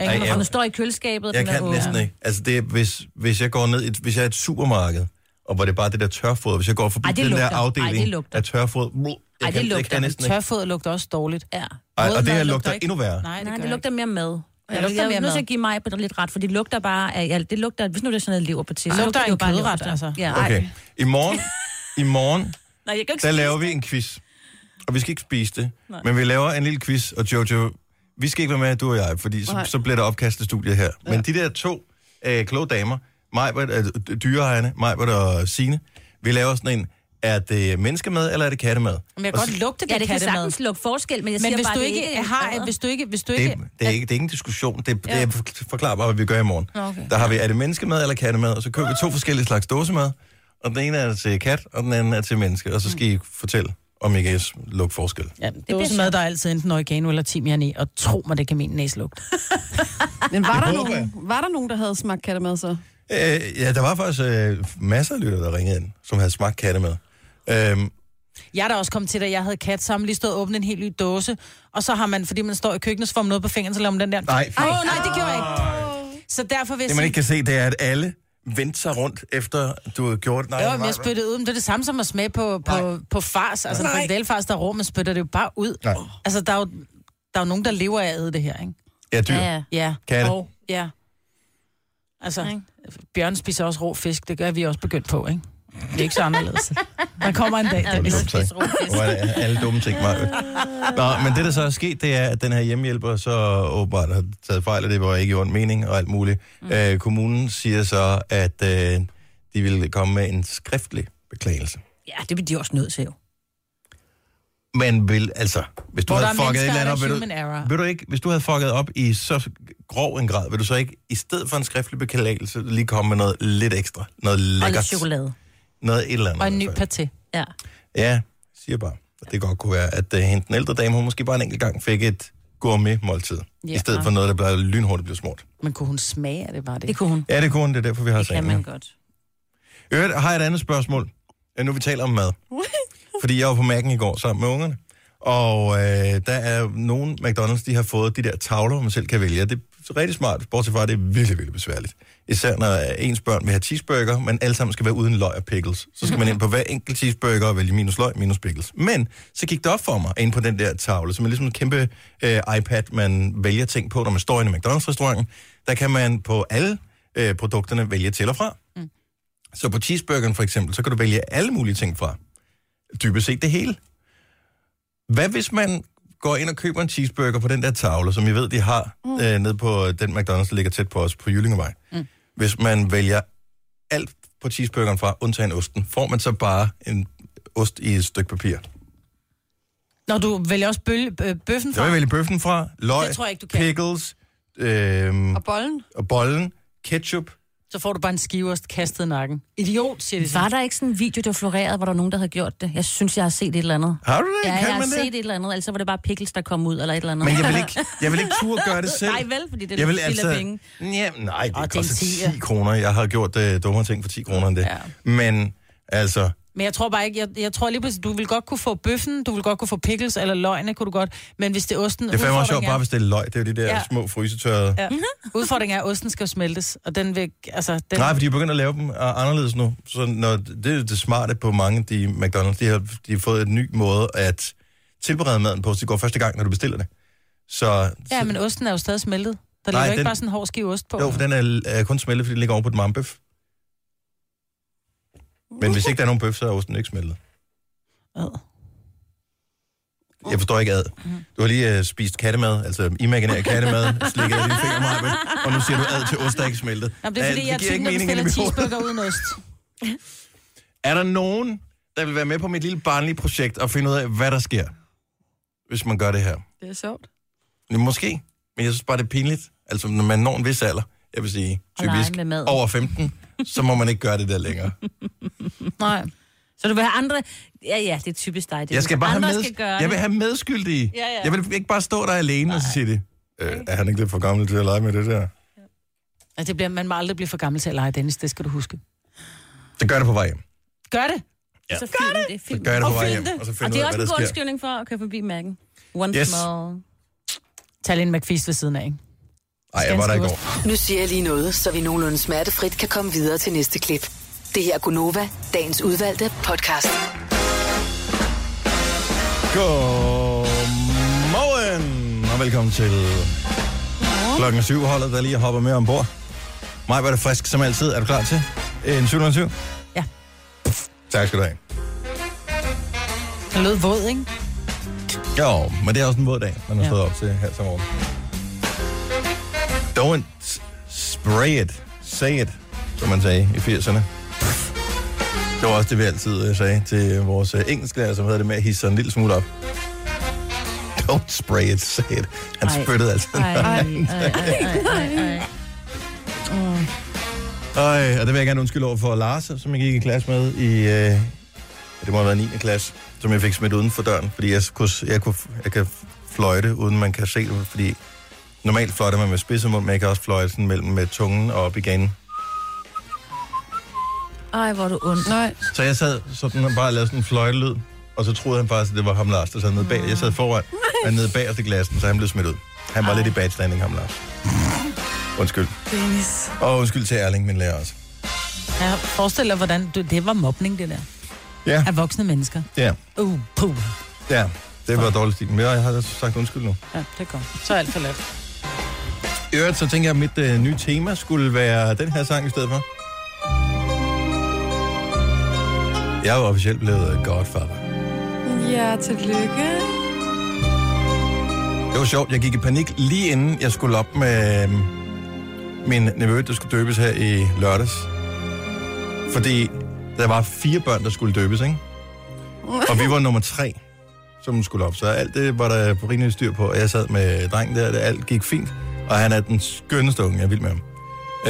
Speaker 4: Ikke?
Speaker 1: Ej,
Speaker 4: Hun har
Speaker 1: ja.
Speaker 3: Og
Speaker 4: fået-
Speaker 3: hun står i køleskabet, og
Speaker 1: Jeg
Speaker 3: den er
Speaker 1: kan
Speaker 3: åben.
Speaker 1: næsten ikke. Altså, det er, hvis, hvis jeg går ned, i- hvis jeg er i et supermarked, og hvor det er bare det der tørfod, hvis jeg går forbi
Speaker 3: Ej, det
Speaker 1: den der
Speaker 3: lugter. Ej, det
Speaker 1: afdeling
Speaker 3: lugter.
Speaker 1: af tørfod, jeg
Speaker 3: Ej, det
Speaker 1: kan, jeg
Speaker 3: lugter.
Speaker 1: kan næsten ikke.
Speaker 4: Tørfod lugter også dårligt.
Speaker 3: Ja.
Speaker 1: Ej, og
Speaker 4: Vådmad
Speaker 1: det her
Speaker 4: lugter
Speaker 1: lugter
Speaker 4: ikke.
Speaker 1: endnu værre.
Speaker 4: Nej, det,
Speaker 3: Nej,
Speaker 4: gør
Speaker 3: det
Speaker 4: ikke.
Speaker 3: lugter mere mad. Jeg,
Speaker 4: det
Speaker 3: jeg,
Speaker 4: lugter
Speaker 3: jeg,
Speaker 4: mere
Speaker 3: jeg er nødt til
Speaker 4: mad.
Speaker 3: at give mig lidt ret, for det lugter bare af, ja, det lugter, hvis nu det er sådan noget lever på til,
Speaker 4: Det lugter jo kødret, altså.
Speaker 3: Ja.
Speaker 1: Okay. I morgen, i morgen,
Speaker 3: Nej, jeg kan ikke
Speaker 1: der
Speaker 3: spise
Speaker 1: laver
Speaker 3: det.
Speaker 1: vi en quiz. Og vi skal ikke spise det, Nej. men vi laver en lille quiz, og Jojo, vi skal ikke være med, du og jeg, fordi så,
Speaker 2: Nej.
Speaker 1: så bliver der opkastet studie her. Men de der to øh, kloge damer, Majbert, øh, d- dyrehejerne, Majbert og Sine, vi laver sådan en, er det menneskemad, eller er det kattemad?
Speaker 4: Men jeg kan
Speaker 1: Og
Speaker 4: godt
Speaker 1: så-
Speaker 4: lugte det,
Speaker 3: Ja, det kan
Speaker 4: kattemad.
Speaker 3: sagtens lukke forskel, men jeg
Speaker 4: Men
Speaker 3: siger
Speaker 4: hvis
Speaker 3: bare,
Speaker 4: du
Speaker 3: det
Speaker 4: ikke
Speaker 3: ikke
Speaker 4: har, hvis du ikke, hvis du ikke,
Speaker 1: det, det, er ikke, det er ikke en diskussion. Det, det er, forklarer bare, hvad vi gør i morgen. Okay. Der har vi, er det menneskemad eller kattemad? Og så køber vi to forskellige slags dåsemad. Og den ene er til kat, og den anden er til menneske. Og så skal I fortælle, om I kan lukke forskel.
Speaker 4: Ja, det er mad, der er altid enten oregano eller timian i, og tro mig, det kan min næselugt.
Speaker 2: Men var der,
Speaker 1: håber jeg.
Speaker 2: nogen, var der nogen, der havde smagt kattemad så?
Speaker 1: Øh, ja, der var faktisk øh, masser af lyttere, der ringede ind, som havde smagt kattemad. Øhm,
Speaker 4: Jeg er da også kommet til, at jeg havde kat sammen, lige stået og åbnet en helt ny dåse, og så har man, fordi man står i køkkenet, så får man noget på fingeren, så laver man den der.
Speaker 1: nej,
Speaker 4: Åh, oh, nej, det gjorde jeg ikke. Så derfor vil jeg
Speaker 1: det man
Speaker 4: sige,
Speaker 1: ikke kan se, det er, at alle vendte sig rundt, efter du havde gjort... Nej,
Speaker 4: jo,
Speaker 1: nej,
Speaker 4: men jeg spyttede ud, men det er det samme som at smage på, på, på fars, altså en frikadelfars, der er rå, man spytter det jo bare ud.
Speaker 1: Nej.
Speaker 4: Altså, der er, jo, der er jo nogen, der lever af at æde det her, ikke?
Speaker 1: Ja, dyr.
Speaker 3: Ja, ja.
Speaker 4: Ja.
Speaker 1: Katte.
Speaker 4: Og, ja. Altså,
Speaker 3: Ikke?
Speaker 4: Bjørn spiser også rå fisk, det gør vi også begyndt på, ikke? Det er ikke så anderledes. Der kommer en dag,
Speaker 1: Det
Speaker 4: Dennis.
Speaker 1: var dumt sagt. Det var alle dumme ting, Maja. Nå, men det, der så er sket, det er, at den her hjemmehjælper så åbenbart har taget fejl, og det var ikke i ond mening og alt muligt. Mm. Øh, kommunen siger så, at øh, de ville komme med en skriftlig beklagelse.
Speaker 3: ja, det bliver de også nødt til. jo.
Speaker 1: Men vil, altså, hvis du
Speaker 4: Hvor
Speaker 1: havde
Speaker 4: der er
Speaker 1: fucket et
Speaker 4: mennesker,
Speaker 1: eller andet op,
Speaker 4: er
Speaker 1: vil
Speaker 4: der
Speaker 1: du,
Speaker 4: human error.
Speaker 1: vil du ikke, hvis du havde fucket op i så grov en grad, vil du så ikke, i stedet for en skriftlig beklagelse, lige komme med noget lidt ekstra, noget
Speaker 3: Og
Speaker 1: lækkert,
Speaker 3: lidt chokolade.
Speaker 1: noget et eller andet.
Speaker 4: Og en ny
Speaker 1: altså.
Speaker 4: paté.
Speaker 3: Ja.
Speaker 1: Ja, siger bare. Og Det godt kunne være, at uh, hende den ældre dame, hun måske bare en enkelt gang fik et gourmet-måltid, ja.
Speaker 4: Ja.
Speaker 1: i stedet for noget, der blev lynhurtigt blev smurt.
Speaker 4: Men kunne hun smage, er det bare det?
Speaker 3: Det kunne hun.
Speaker 1: Ja, det kunne hun, det er derfor, vi har
Speaker 3: Det kan
Speaker 1: sagen
Speaker 3: man
Speaker 1: her.
Speaker 3: godt.
Speaker 1: I Øvrigt, har jeg et andet spørgsmål, øh, nu vi taler om mad. Fordi jeg var på Mac'en i går sammen med ungerne, og øh, der er nogle McDonald's, de har fået de der tavler, hvor man selv kan vælge. Og Det er rigtig smart, bortset fra, at det er virkelig, virkelig besværligt. Især når øh, ens børn vil have cheeseburger, men alle sammen skal være uden løg og pickles. Så skal man ind på hver enkelt cheeseburger og vælge minus løg, minus pickles. Men så gik det op for mig ind på den der tavle, som er ligesom en kæmpe øh, iPad, man vælger ting på, når man står inde i McDonald's-restauranten. Der kan man på alle øh, produkterne vælge til og fra. Så på cheeseburgeren for eksempel, så kan du vælge alle mulige ting fra. Dybest set det hele. Hvad hvis man går ind og køber en cheeseburger på den der tavle, som jeg ved, de har mm. øh, nede på den McDonald's, der ligger tæt på os på Jyllingevej. Mm. Hvis man vælger alt på cheeseburgeren fra, undtagen osten, får man så bare en ost i et stykke papir.
Speaker 4: Når du vælger også bøl, øh, bøffen
Speaker 1: Jeg
Speaker 4: fra.
Speaker 1: vil vælge bøffen fra, løg,
Speaker 4: Det tror jeg ikke, du kan.
Speaker 1: pickles, øh,
Speaker 2: Og bollen?
Speaker 1: og bollen, ketchup.
Speaker 4: så får du bare en skiverst kastet i nakken. Idiot, siger de så.
Speaker 3: Var der ikke sådan en video, der florerede, hvor der var nogen, der havde gjort det? Jeg synes, jeg har set et eller andet.
Speaker 1: Har du det?
Speaker 3: Ja,
Speaker 1: kan
Speaker 3: jeg har
Speaker 1: man det?
Speaker 3: set et eller andet, altså var det bare pickles, der kom ud, eller et eller andet.
Speaker 1: Men jeg vil ikke, jeg vil ikke turde gøre det selv.
Speaker 3: Nej, vel, fordi det er
Speaker 1: Jeg vil
Speaker 3: lidt spild af
Speaker 1: altså...
Speaker 3: penge.
Speaker 1: Ja, nej, det
Speaker 4: er en
Speaker 1: koster 10
Speaker 4: tier.
Speaker 1: kroner. Jeg har gjort øh, dummere ting for 10 kroner end det. Ja. Men altså,
Speaker 4: Men jeg tror bare ikke, jeg, jeg tror lige pludselig, du vil godt kunne få bøffen, du vil godt kunne få pickles, eller løgne kunne du godt, men hvis det er osten...
Speaker 1: det er fandme også sjovt
Speaker 4: udfordringen
Speaker 1: bare, hvis det er løg. Det er jo de der ja.
Speaker 4: Ja.
Speaker 1: små frysetørrede. Ja.
Speaker 4: er- Ja. Udfordringen er, at osten skal smeltes, og den vil... Altså, den,
Speaker 1: Nej, for de er begyndt at lave dem øh, anderledes nu. Så når, det er jo det smarte på mange af de McDonald's. De har, de har fået en ny måde at tilberede maden på, så det går første gang, når du bestiller det. Så,
Speaker 4: ja, men osten er jo stadig smeltet. Der
Speaker 1: Nej,
Speaker 4: ligger jo ikke
Speaker 1: den-
Speaker 4: bare sådan en hård skive ost på.
Speaker 1: Jo, for den er, er kun smeltet, fordi den ligger oven på et mambøf. Men hvis ikke der er nogen bøf, så er osten ikke smeltet.
Speaker 4: Ad. Mhm.
Speaker 1: Jeg forstår ikke ad. Du har lige øh, spist kattemad, altså imaginær kattemad, slikket af dine fingre meget, vel? og nu siger du ad til ost, der ikke er smeltet.
Speaker 4: Nå, men det er
Speaker 1: Øh,
Speaker 4: fordi, jeg er
Speaker 1: giver
Speaker 4: typen,
Speaker 1: ikke
Speaker 4: der
Speaker 1: mening
Speaker 4: bestiller
Speaker 1: inde i mit hoved.
Speaker 4: cheeseburger uden ost.
Speaker 1: Er der nogen, der vil være med på mit lille barnlige projekt og finde ud af, hvad der sker, hvis man gør det her?
Speaker 2: Det er sjovt.
Speaker 1: Men Måske, men jeg synes bare, det er pinligt. Altså, når man når en vis alder, jeg vil sige
Speaker 3: Og lege
Speaker 1: typisk
Speaker 3: med maden.
Speaker 1: over 15, så må man ikke gøre det der længere.
Speaker 4: Nej.
Speaker 3: Så du vil have andre... Ja, ja, det er typisk dig. Det er
Speaker 1: Jeg skal bare
Speaker 3: andre
Speaker 1: have, med...
Speaker 3: skal gøre
Speaker 1: jeg vil
Speaker 3: det.
Speaker 1: have medskyldige.
Speaker 3: Ja, ja.
Speaker 1: Jeg vil ikke bare stå der alene og så sige det. Øh, er han ikke lidt for gammel til at lege med det der?
Speaker 4: Altså, det bliver, man må aldrig blive for gammel til at lege, Dennis, det skal du huske.
Speaker 1: Det gør det på vej hjem.
Speaker 4: Gør det!
Speaker 1: Ja.
Speaker 3: Så film det. det.
Speaker 1: Så
Speaker 3: Film.
Speaker 1: gør jeg det
Speaker 4: Og
Speaker 1: på vej
Speaker 4: film
Speaker 1: hjem,
Speaker 4: det.
Speaker 1: og så
Speaker 3: Og
Speaker 1: finder
Speaker 3: det
Speaker 1: ud
Speaker 3: er
Speaker 1: af, hvad
Speaker 3: også en god
Speaker 1: der sker.
Speaker 3: undskyldning for at køre forbi mærken. One
Speaker 1: Yes.
Speaker 3: small.
Speaker 4: Tag lige en McFeast ved siden af, ikke?
Speaker 1: Ej, jeg var der i går.
Speaker 6: Nu siger jeg lige noget, så vi nogenlunde smertefrit kan komme videre til næste klip. Det her er Gunova, dagens udvalgte podcast.
Speaker 1: Godmorgen, og velkommen til klokken syv holdet, der lige hopper med ombord. Maj, var det frisk som altid. Er du klar til en 707?
Speaker 4: Ja.
Speaker 1: Tak skal du have.
Speaker 4: Den lød våd, ikke?
Speaker 1: Jo, men det er også en våd dag, man har
Speaker 4: Ja.
Speaker 1: stået op til her til morgen. Don't spray it, say it, som man sagde i 80'erne. Det var også det, vi altid øh, sagde til vores øh, engelsklærer, som havde det med at hisse sig en lille smule op. Don't spray it, sagde det. Han
Speaker 3: Ej.
Speaker 1: spyttede altså.
Speaker 3: Ej, ej, ej, ej, ej, ej.
Speaker 1: Ej, og det vil jeg gerne undskylde over for Lars, som jeg gik i klasse med i... Øh, det må have været 9. klasse, som jeg fik smidt uden for døren, fordi jeg, kunne, jeg, kunne, jeg kan fløjte, uden man kan se det, fordi normalt fløjter man med spidsen mund, men jeg kan også fløjte sådan mellem med tungen og op i ganen.
Speaker 3: Ej, hvor er du ondt.
Speaker 2: Nej,
Speaker 1: Så jeg sad sådan og bare lavede sådan en fløjtelyd, og så troede han faktisk, at det var ham Lars, der sad nede bag. Jeg sad foran, men nede bagerst i glassen, så han blev smidt ud. Han var lidt i badstanding, ham Lars. Undskyld.
Speaker 3: Dennis.
Speaker 1: Og undskyld til Erling, min lærer også.
Speaker 4: Ja, forestil dig, hvordan... Du, det var mobning, det der.
Speaker 1: Ja,
Speaker 4: Af voksne mennesker.
Speaker 1: ja,
Speaker 4: Uh, puh.
Speaker 1: ja. Det var dårligt stil, men jeg har sagt undskyld nu.
Speaker 4: Ja, det er godt. Så er alt for let.
Speaker 1: I øvrigt, så tænker jeg, at mit øh, nye tema skulle være den her sang i stedet for. Jeg er jo officielt blevet øh, godfather.
Speaker 2: ja, tillykke.
Speaker 1: Det var sjovt. Jeg gik i panik lige inden jeg skulle op med øhm, min nevø, der skulle døbes her i lørdags. Fordi der var fire børn, der skulle døbes, ikke? Og vi var nummer tre, som skulle op. Så alt det var der rimelig styr på. Og jeg sad med drengen der, det alt gik fint. Og han er den skønneste unge, jeg er vild med ham.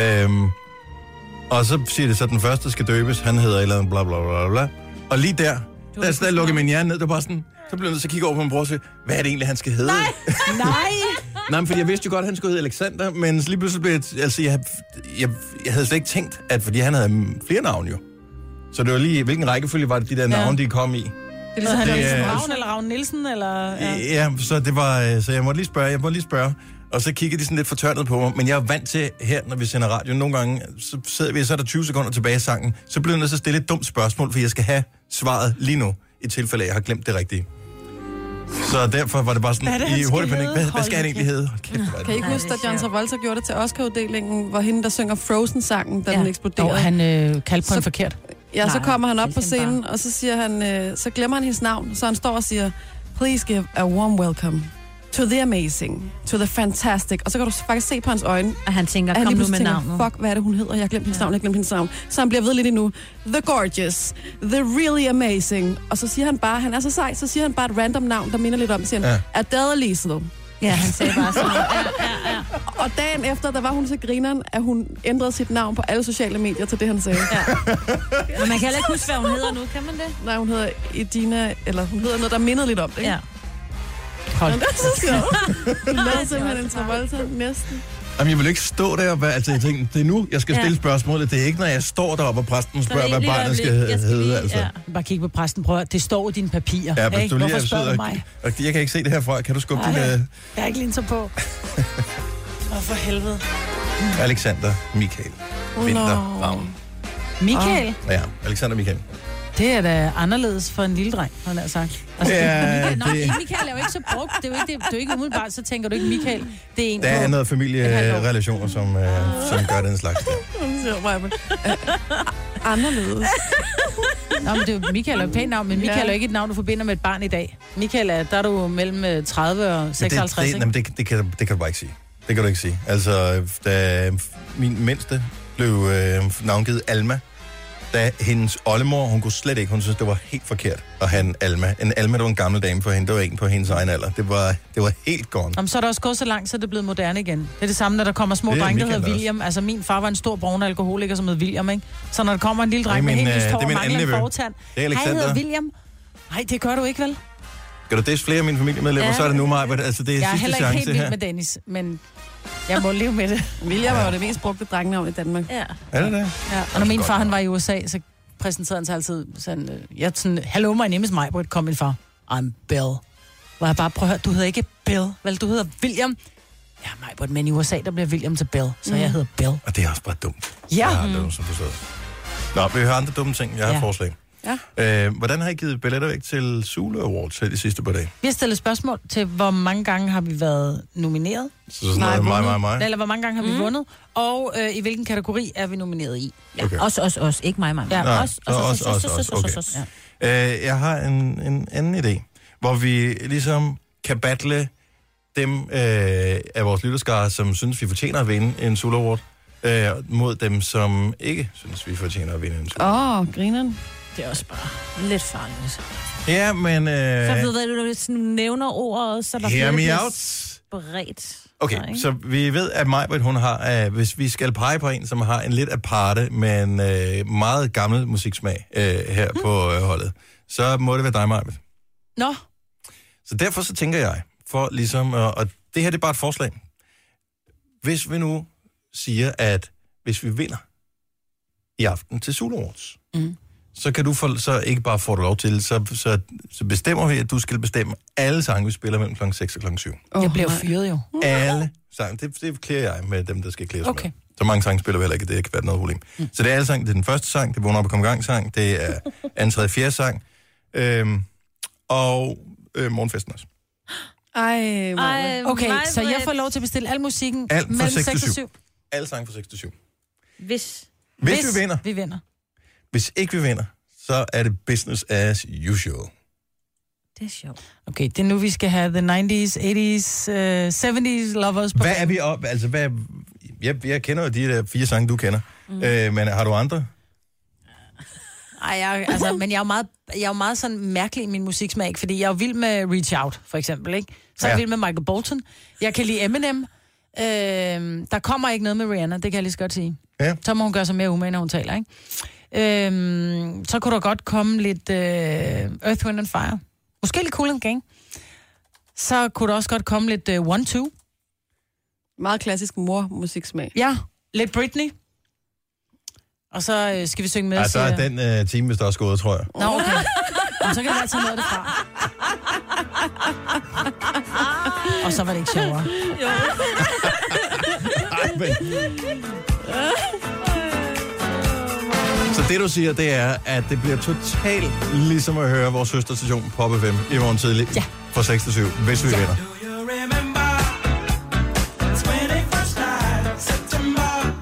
Speaker 1: Øhm, og så siger det så, at den første, der skal døbes, han hedder et eller andet bla bla bla bla. Og lige der, der, der, der lukkede min hjerne ned, det var bare sådan, så blev jeg nødt til at kigge over på min bror og sige, hvad er det egentlig, han skal hedde? Nej.
Speaker 4: Nej!
Speaker 1: Nej, men fordi jeg vidste jo godt, at han skulle hedde Alexander, men lige pludselig blev jeg... Altså, jeg, jeg, jeg havde slet ikke tænkt, at fordi han havde mm, flere navne jo. Så det var lige, hvilken rækkefølge var det, de der navne, de kom i?
Speaker 4: Det er ligesom,
Speaker 1: Det
Speaker 4: det
Speaker 1: er-
Speaker 4: er... Ravn eller Ravn Nielsen, eller...
Speaker 1: Ja.
Speaker 4: Ja.
Speaker 1: ja, så det var... øh, Så jeg måtte lige spørge, jeg måtte lige spørge. Og så kiggede de sådan lidt fortørnet på mig, men jeg er vant til her, når vi sender radio, nogle gange, så sidder vi, og så er der 20 sekunder tilbage i sangen, så bliver jeg nødt til at stille et dumt spørgsmål, for jeg skal have svaret lige nu, i tilfælde af, at jeg har glemt det rigtige. Så derfor var det bare sådan,
Speaker 4: Hvad er det, han
Speaker 1: i
Speaker 4: skal
Speaker 1: hurtig panik,
Speaker 4: hedde?
Speaker 1: hvad, hvad skal han
Speaker 4: Hold
Speaker 1: egentlig hedde? Hold kæft, hvor er det
Speaker 2: Kan I ikke
Speaker 3: Ej,
Speaker 2: huske,
Speaker 3: det er
Speaker 2: at John
Speaker 3: sjovt.
Speaker 2: Travolta gjorde det til Oscar-uddelingen, hvor hende, der synger Frozen-sangen, da ja.
Speaker 3: Ja.
Speaker 2: den
Speaker 4: Dog,
Speaker 2: eksploderede?
Speaker 4: han øh, kaldte på
Speaker 2: Så-
Speaker 4: en forkert.
Speaker 2: Ja, så
Speaker 3: Nej,
Speaker 2: kommer han op
Speaker 3: det
Speaker 2: på
Speaker 3: er fint
Speaker 2: scenen, og så siger han, øh, så glemmer han hendes navn, så han står og siger, please give a warm welcome to the amazing, to the fantastic. Og så kan du faktisk se på hans øjne,
Speaker 3: Og han tænker,
Speaker 2: at han
Speaker 3: kom
Speaker 2: lige
Speaker 3: nu
Speaker 2: pludselig
Speaker 3: med
Speaker 2: tænker,
Speaker 3: navnet.
Speaker 2: fuck, hvad er det, hun hedder? Jeg har glemt hendes navn, jeg har glemt hendes navn. Så han bliver ved lidt endnu. The gorgeous, the really amazing. Og så siger han bare, han er så sej, så siger han bare et random navn, der minder lidt om, siger han,
Speaker 1: Ja.
Speaker 2: ja. Adele Liesel.
Speaker 3: Ja, han sagde bare sådan. Ja, ja, ja.
Speaker 2: Og dagen efter, der var hun så grineren, at hun ændrede sit navn på alle sociale medier til det, han sagde. Ja.
Speaker 3: Men man kan heller ikke huske, hvad hun hedder nu, kan man det?
Speaker 2: Nej, hun hedder Edina, eller hun hedder noget, der mindede lidt om det, ikke?
Speaker 3: Ja.
Speaker 2: Nå, det er så sjovt. Du lavede simpelthen en Travolta næsten.
Speaker 1: Jamen, jeg vil ikke stå der, og være- altså, jeg tænkte, det er nu, jeg skal
Speaker 3: Ja.
Speaker 1: stille spørgsmålet. Det er ikke, når jeg står deroppe, og præsten
Speaker 3: Så er
Speaker 1: spørger,
Speaker 3: det
Speaker 1: hvad
Speaker 3: ikke lige et
Speaker 1: barnet skal
Speaker 3: øjeblik. Jeg
Speaker 1: hedde.
Speaker 3: lige-
Speaker 1: altså.
Speaker 3: ja.
Speaker 4: Bare kig på præsten, prøv at- Det står i dine papirer.
Speaker 1: Ja, hvis
Speaker 4: ikke?
Speaker 1: du lige
Speaker 4: Hvorfor
Speaker 1: er
Speaker 4: spørger
Speaker 1: sød,
Speaker 4: du
Speaker 1: og,
Speaker 4: mig?
Speaker 1: og jeg kan ikke se det herfra. Kan du skubbe din
Speaker 4: Ej.
Speaker 1: uh,
Speaker 4: Jeg har ikke linser på. Åh, for helvede.
Speaker 1: Alexander Michael Vinter Ravn?
Speaker 4: Michael,
Speaker 1: Ja, Alexander Michael.
Speaker 4: det er da anderledes for en lille dreng, har jeg nær sagt. Altså,
Speaker 1: Ja,
Speaker 4: Nå,
Speaker 1: det,
Speaker 4: Michael er jo ikke så brugt. Det er jo ikke, det, det er jo ikke umiddelbart, så tænker du ikke, Michael, det er en
Speaker 1: der er
Speaker 4: på.
Speaker 1: noget familierelationer, som, uh, som gør den slags. Der.
Speaker 2: Hun siger, "Maja, men, øh, Anderledes.
Speaker 4: Nå, men det er jo, Michael er jo et pænt navn, men Michael
Speaker 2: Ja.
Speaker 4: er jo ikke et navn, du forbinder med et barn i dag. Michael er, der er du mellem øh, 30 og
Speaker 1: Men
Speaker 4: 56,
Speaker 1: det, det,
Speaker 4: ikke?
Speaker 1: jamen, det, det, kan, det kan du bare ikke sige. Det kan du ikke sige. Altså, da min mindste blev øh, navngivet Alma, da hendes oldemor, hun kunne slet ikke, hun synes, det var helt forkert at have en Alma. En Alma, det var en gammel dame for hende, det var en på hendes egen alder. Det var, det var helt gone.
Speaker 4: Jamen, så er der også gået så langt, så er det blevet moderne igen. Det er det samme, når der kommer små
Speaker 1: Det er
Speaker 4: drenge, der
Speaker 1: Michael
Speaker 4: hedder
Speaker 1: også.
Speaker 4: William. Altså, min far var en stor brun alkoholiker, som hed William, ikke? Så når der kommer en lille
Speaker 1: Det er
Speaker 4: dreng med
Speaker 1: min,
Speaker 4: helt
Speaker 1: øh,
Speaker 4: lyst hår
Speaker 1: det er
Speaker 4: og
Speaker 1: min
Speaker 4: mangler en
Speaker 1: anden nevø.
Speaker 4: fortand.
Speaker 1: Det er
Speaker 4: Han
Speaker 1: Alexander.
Speaker 4: hedder William. Nej, det gør du ikke, vel?
Speaker 1: Skal du des flere af mine familiemedlemmer, ja.
Speaker 3: Ja.
Speaker 1: så er det nu mig, men altså det er
Speaker 4: Jeg er
Speaker 1: sidste
Speaker 4: heller ikke helt
Speaker 1: chance
Speaker 4: vild
Speaker 1: her.
Speaker 4: med Dennis, men jeg må leve med det.
Speaker 2: William var jo det mest brugte drengenavn i Danmark.
Speaker 3: ja.
Speaker 1: Er det det?
Speaker 4: Ja. Og når min
Speaker 1: godt
Speaker 4: far han
Speaker 1: nok.
Speaker 4: var i USA, så præsenterede han sig altid sådan, øh, jeg sådan, hello, my name is Majbrit, kom min far. I'm Bill. Hvor jeg bare, prøv at høre, du hedder ikke Bill, vel, du hedder William. Ja, Majbrit, men i USA, der bliver William til Bill, så jeg hedder Bill.
Speaker 1: Og det er også bare dumt.
Speaker 4: Ja.
Speaker 1: Mm. Ja, det er jo, som du sagde. Nå, vi hører andre dumme ting. Jeg har ja.
Speaker 4: Ja.
Speaker 1: forslag.
Speaker 2: Ja.
Speaker 1: Øh, hvordan har I givet billetter væk til Zulu Awards her de sidste par dage?
Speaker 4: Vi har stillet spørgsmål til, hvor mange gange har vi været nomineret?
Speaker 1: Så sådan
Speaker 2: Nej,
Speaker 1: noget, mig, mig,
Speaker 2: vundet.
Speaker 1: mig.
Speaker 4: Eller hvor mange gange har
Speaker 1: Mm.
Speaker 4: vi vundet? Og øh, i hvilken kategori er vi nomineret i?
Speaker 3: ja.
Speaker 1: Okay.
Speaker 3: Os, os, os. Ikke mig, mig. mig.
Speaker 4: Ja.
Speaker 1: Nej,
Speaker 3: os,
Speaker 1: så os, os, os, okay.
Speaker 4: Ja.
Speaker 1: Øh, jeg har en, en anden idé, hvor vi ligesom kan battle dem øh, af vores lytterskare, som synes, vi fortjener at vinde en Sula Award, øh, mod dem, som ikke synes, vi fortjener at vinde en tur.
Speaker 2: Åh, oh, grineren.
Speaker 3: Det er også bare lidt farligt.
Speaker 1: Ja, men...
Speaker 3: Så
Speaker 1: Øh,
Speaker 3: ved du, du sådan nævner ordet, så der
Speaker 1: hear
Speaker 3: flere
Speaker 1: me
Speaker 3: bliver
Speaker 1: out.
Speaker 3: spredt.
Speaker 1: Okay,
Speaker 3: Så, ikke?
Speaker 1: så vi ved, at Majbrit, hun har, øh, hvis vi skal pege på en, som har en lidt aparte, men øh, meget gammel musiksmag øh, her
Speaker 3: Mhm.
Speaker 1: mm. på øh, holdet, så må det være dig, Majbrit.
Speaker 4: Nå,
Speaker 1: Så derfor så tænker jeg, for ligesom, øh, og det her det er bare et forslag. Hvis vi nu siger, at hvis vi vinder i aften til Zulu Awards, mm. så kan du for, så ikke bare få du lov til, så, så, så bestemmer vi, at du skal bestemme alle sange, vi spiller mellem klokken 6 og klokken 7.
Speaker 2: Oh,
Speaker 4: jeg bliver fyret jo.
Speaker 1: Alle sange. Det, det klæder jeg med dem, der skal klædes
Speaker 4: Okay.
Speaker 1: med. Så mange sange spiller vi heller ikke, det kan være noget problem. Mm. Så det er alle sang. Det er den første sang, det er Vågn op og kom i gang sang, det er anden, tredje, fjerde sang, øhm, og øh, morgenfesten også.
Speaker 2: Ej, Maja.
Speaker 3: Ej,
Speaker 4: Okay,
Speaker 3: mig,
Speaker 4: så jeg
Speaker 3: Britt,
Speaker 4: får lov til at bestille al musikken
Speaker 1: Alt fra
Speaker 4: mellem
Speaker 1: 6 til
Speaker 4: 6 og
Speaker 1: 7.
Speaker 4: 7.
Speaker 1: Alle sange fra 6 til 7.
Speaker 3: Hvis...
Speaker 1: Hvis, Hvis vi vinder,
Speaker 4: Vi vinder.
Speaker 1: hvis ikke vi vinder, så er det business as usual.
Speaker 3: Det er sjovt.
Speaker 4: Okay, det er nu, vi skal have the 90s, 80s, uh, 70s lovers. På
Speaker 1: Hvad er vi op? Altså, hvad, jeg, jeg kender jo de der fire sange, du kender. Mm. Øh, men har du andre?
Speaker 4: Ej, jeg, altså, men jeg er jo meget, jeg er jo meget sådan mærkelig i min musiksmag, ikke? fordi jeg er jo vild med Reach Out, for eksempel, ikke? Så er jeg
Speaker 1: Ja.
Speaker 4: vild med Michael Bolton. Jeg kan lide Eminem. Øh, der kommer ikke noget med Rihanna, det kan jeg lige så godt sige.
Speaker 1: Ja.
Speaker 4: Så må hun gøre sig mere umage, når hun taler, ikke? Øhm, så kunne der godt komme lidt øh, Earth, Wind and Fire. Måske lidt Cool and Gang. Så kunne der også godt komme lidt øh, One Two.
Speaker 2: Meget klassisk mor-musiksmag.
Speaker 4: Ja, lidt Britney. Og så øh, skal vi synge med.
Speaker 1: Ej, så er
Speaker 4: siger-
Speaker 1: den øh, time, hvis der også gået, tror jeg.
Speaker 4: Nå, okay. Jamen, så kan man altid noget af det fra. Og så var det ikke sjovere.
Speaker 1: Ej, men... Så det, du siger, det er, at det bliver totalt ligesom at høre vores søsterstation Pop FM i morgen tidlig ja. fra 6 til 7, hvis vi ja. vinder.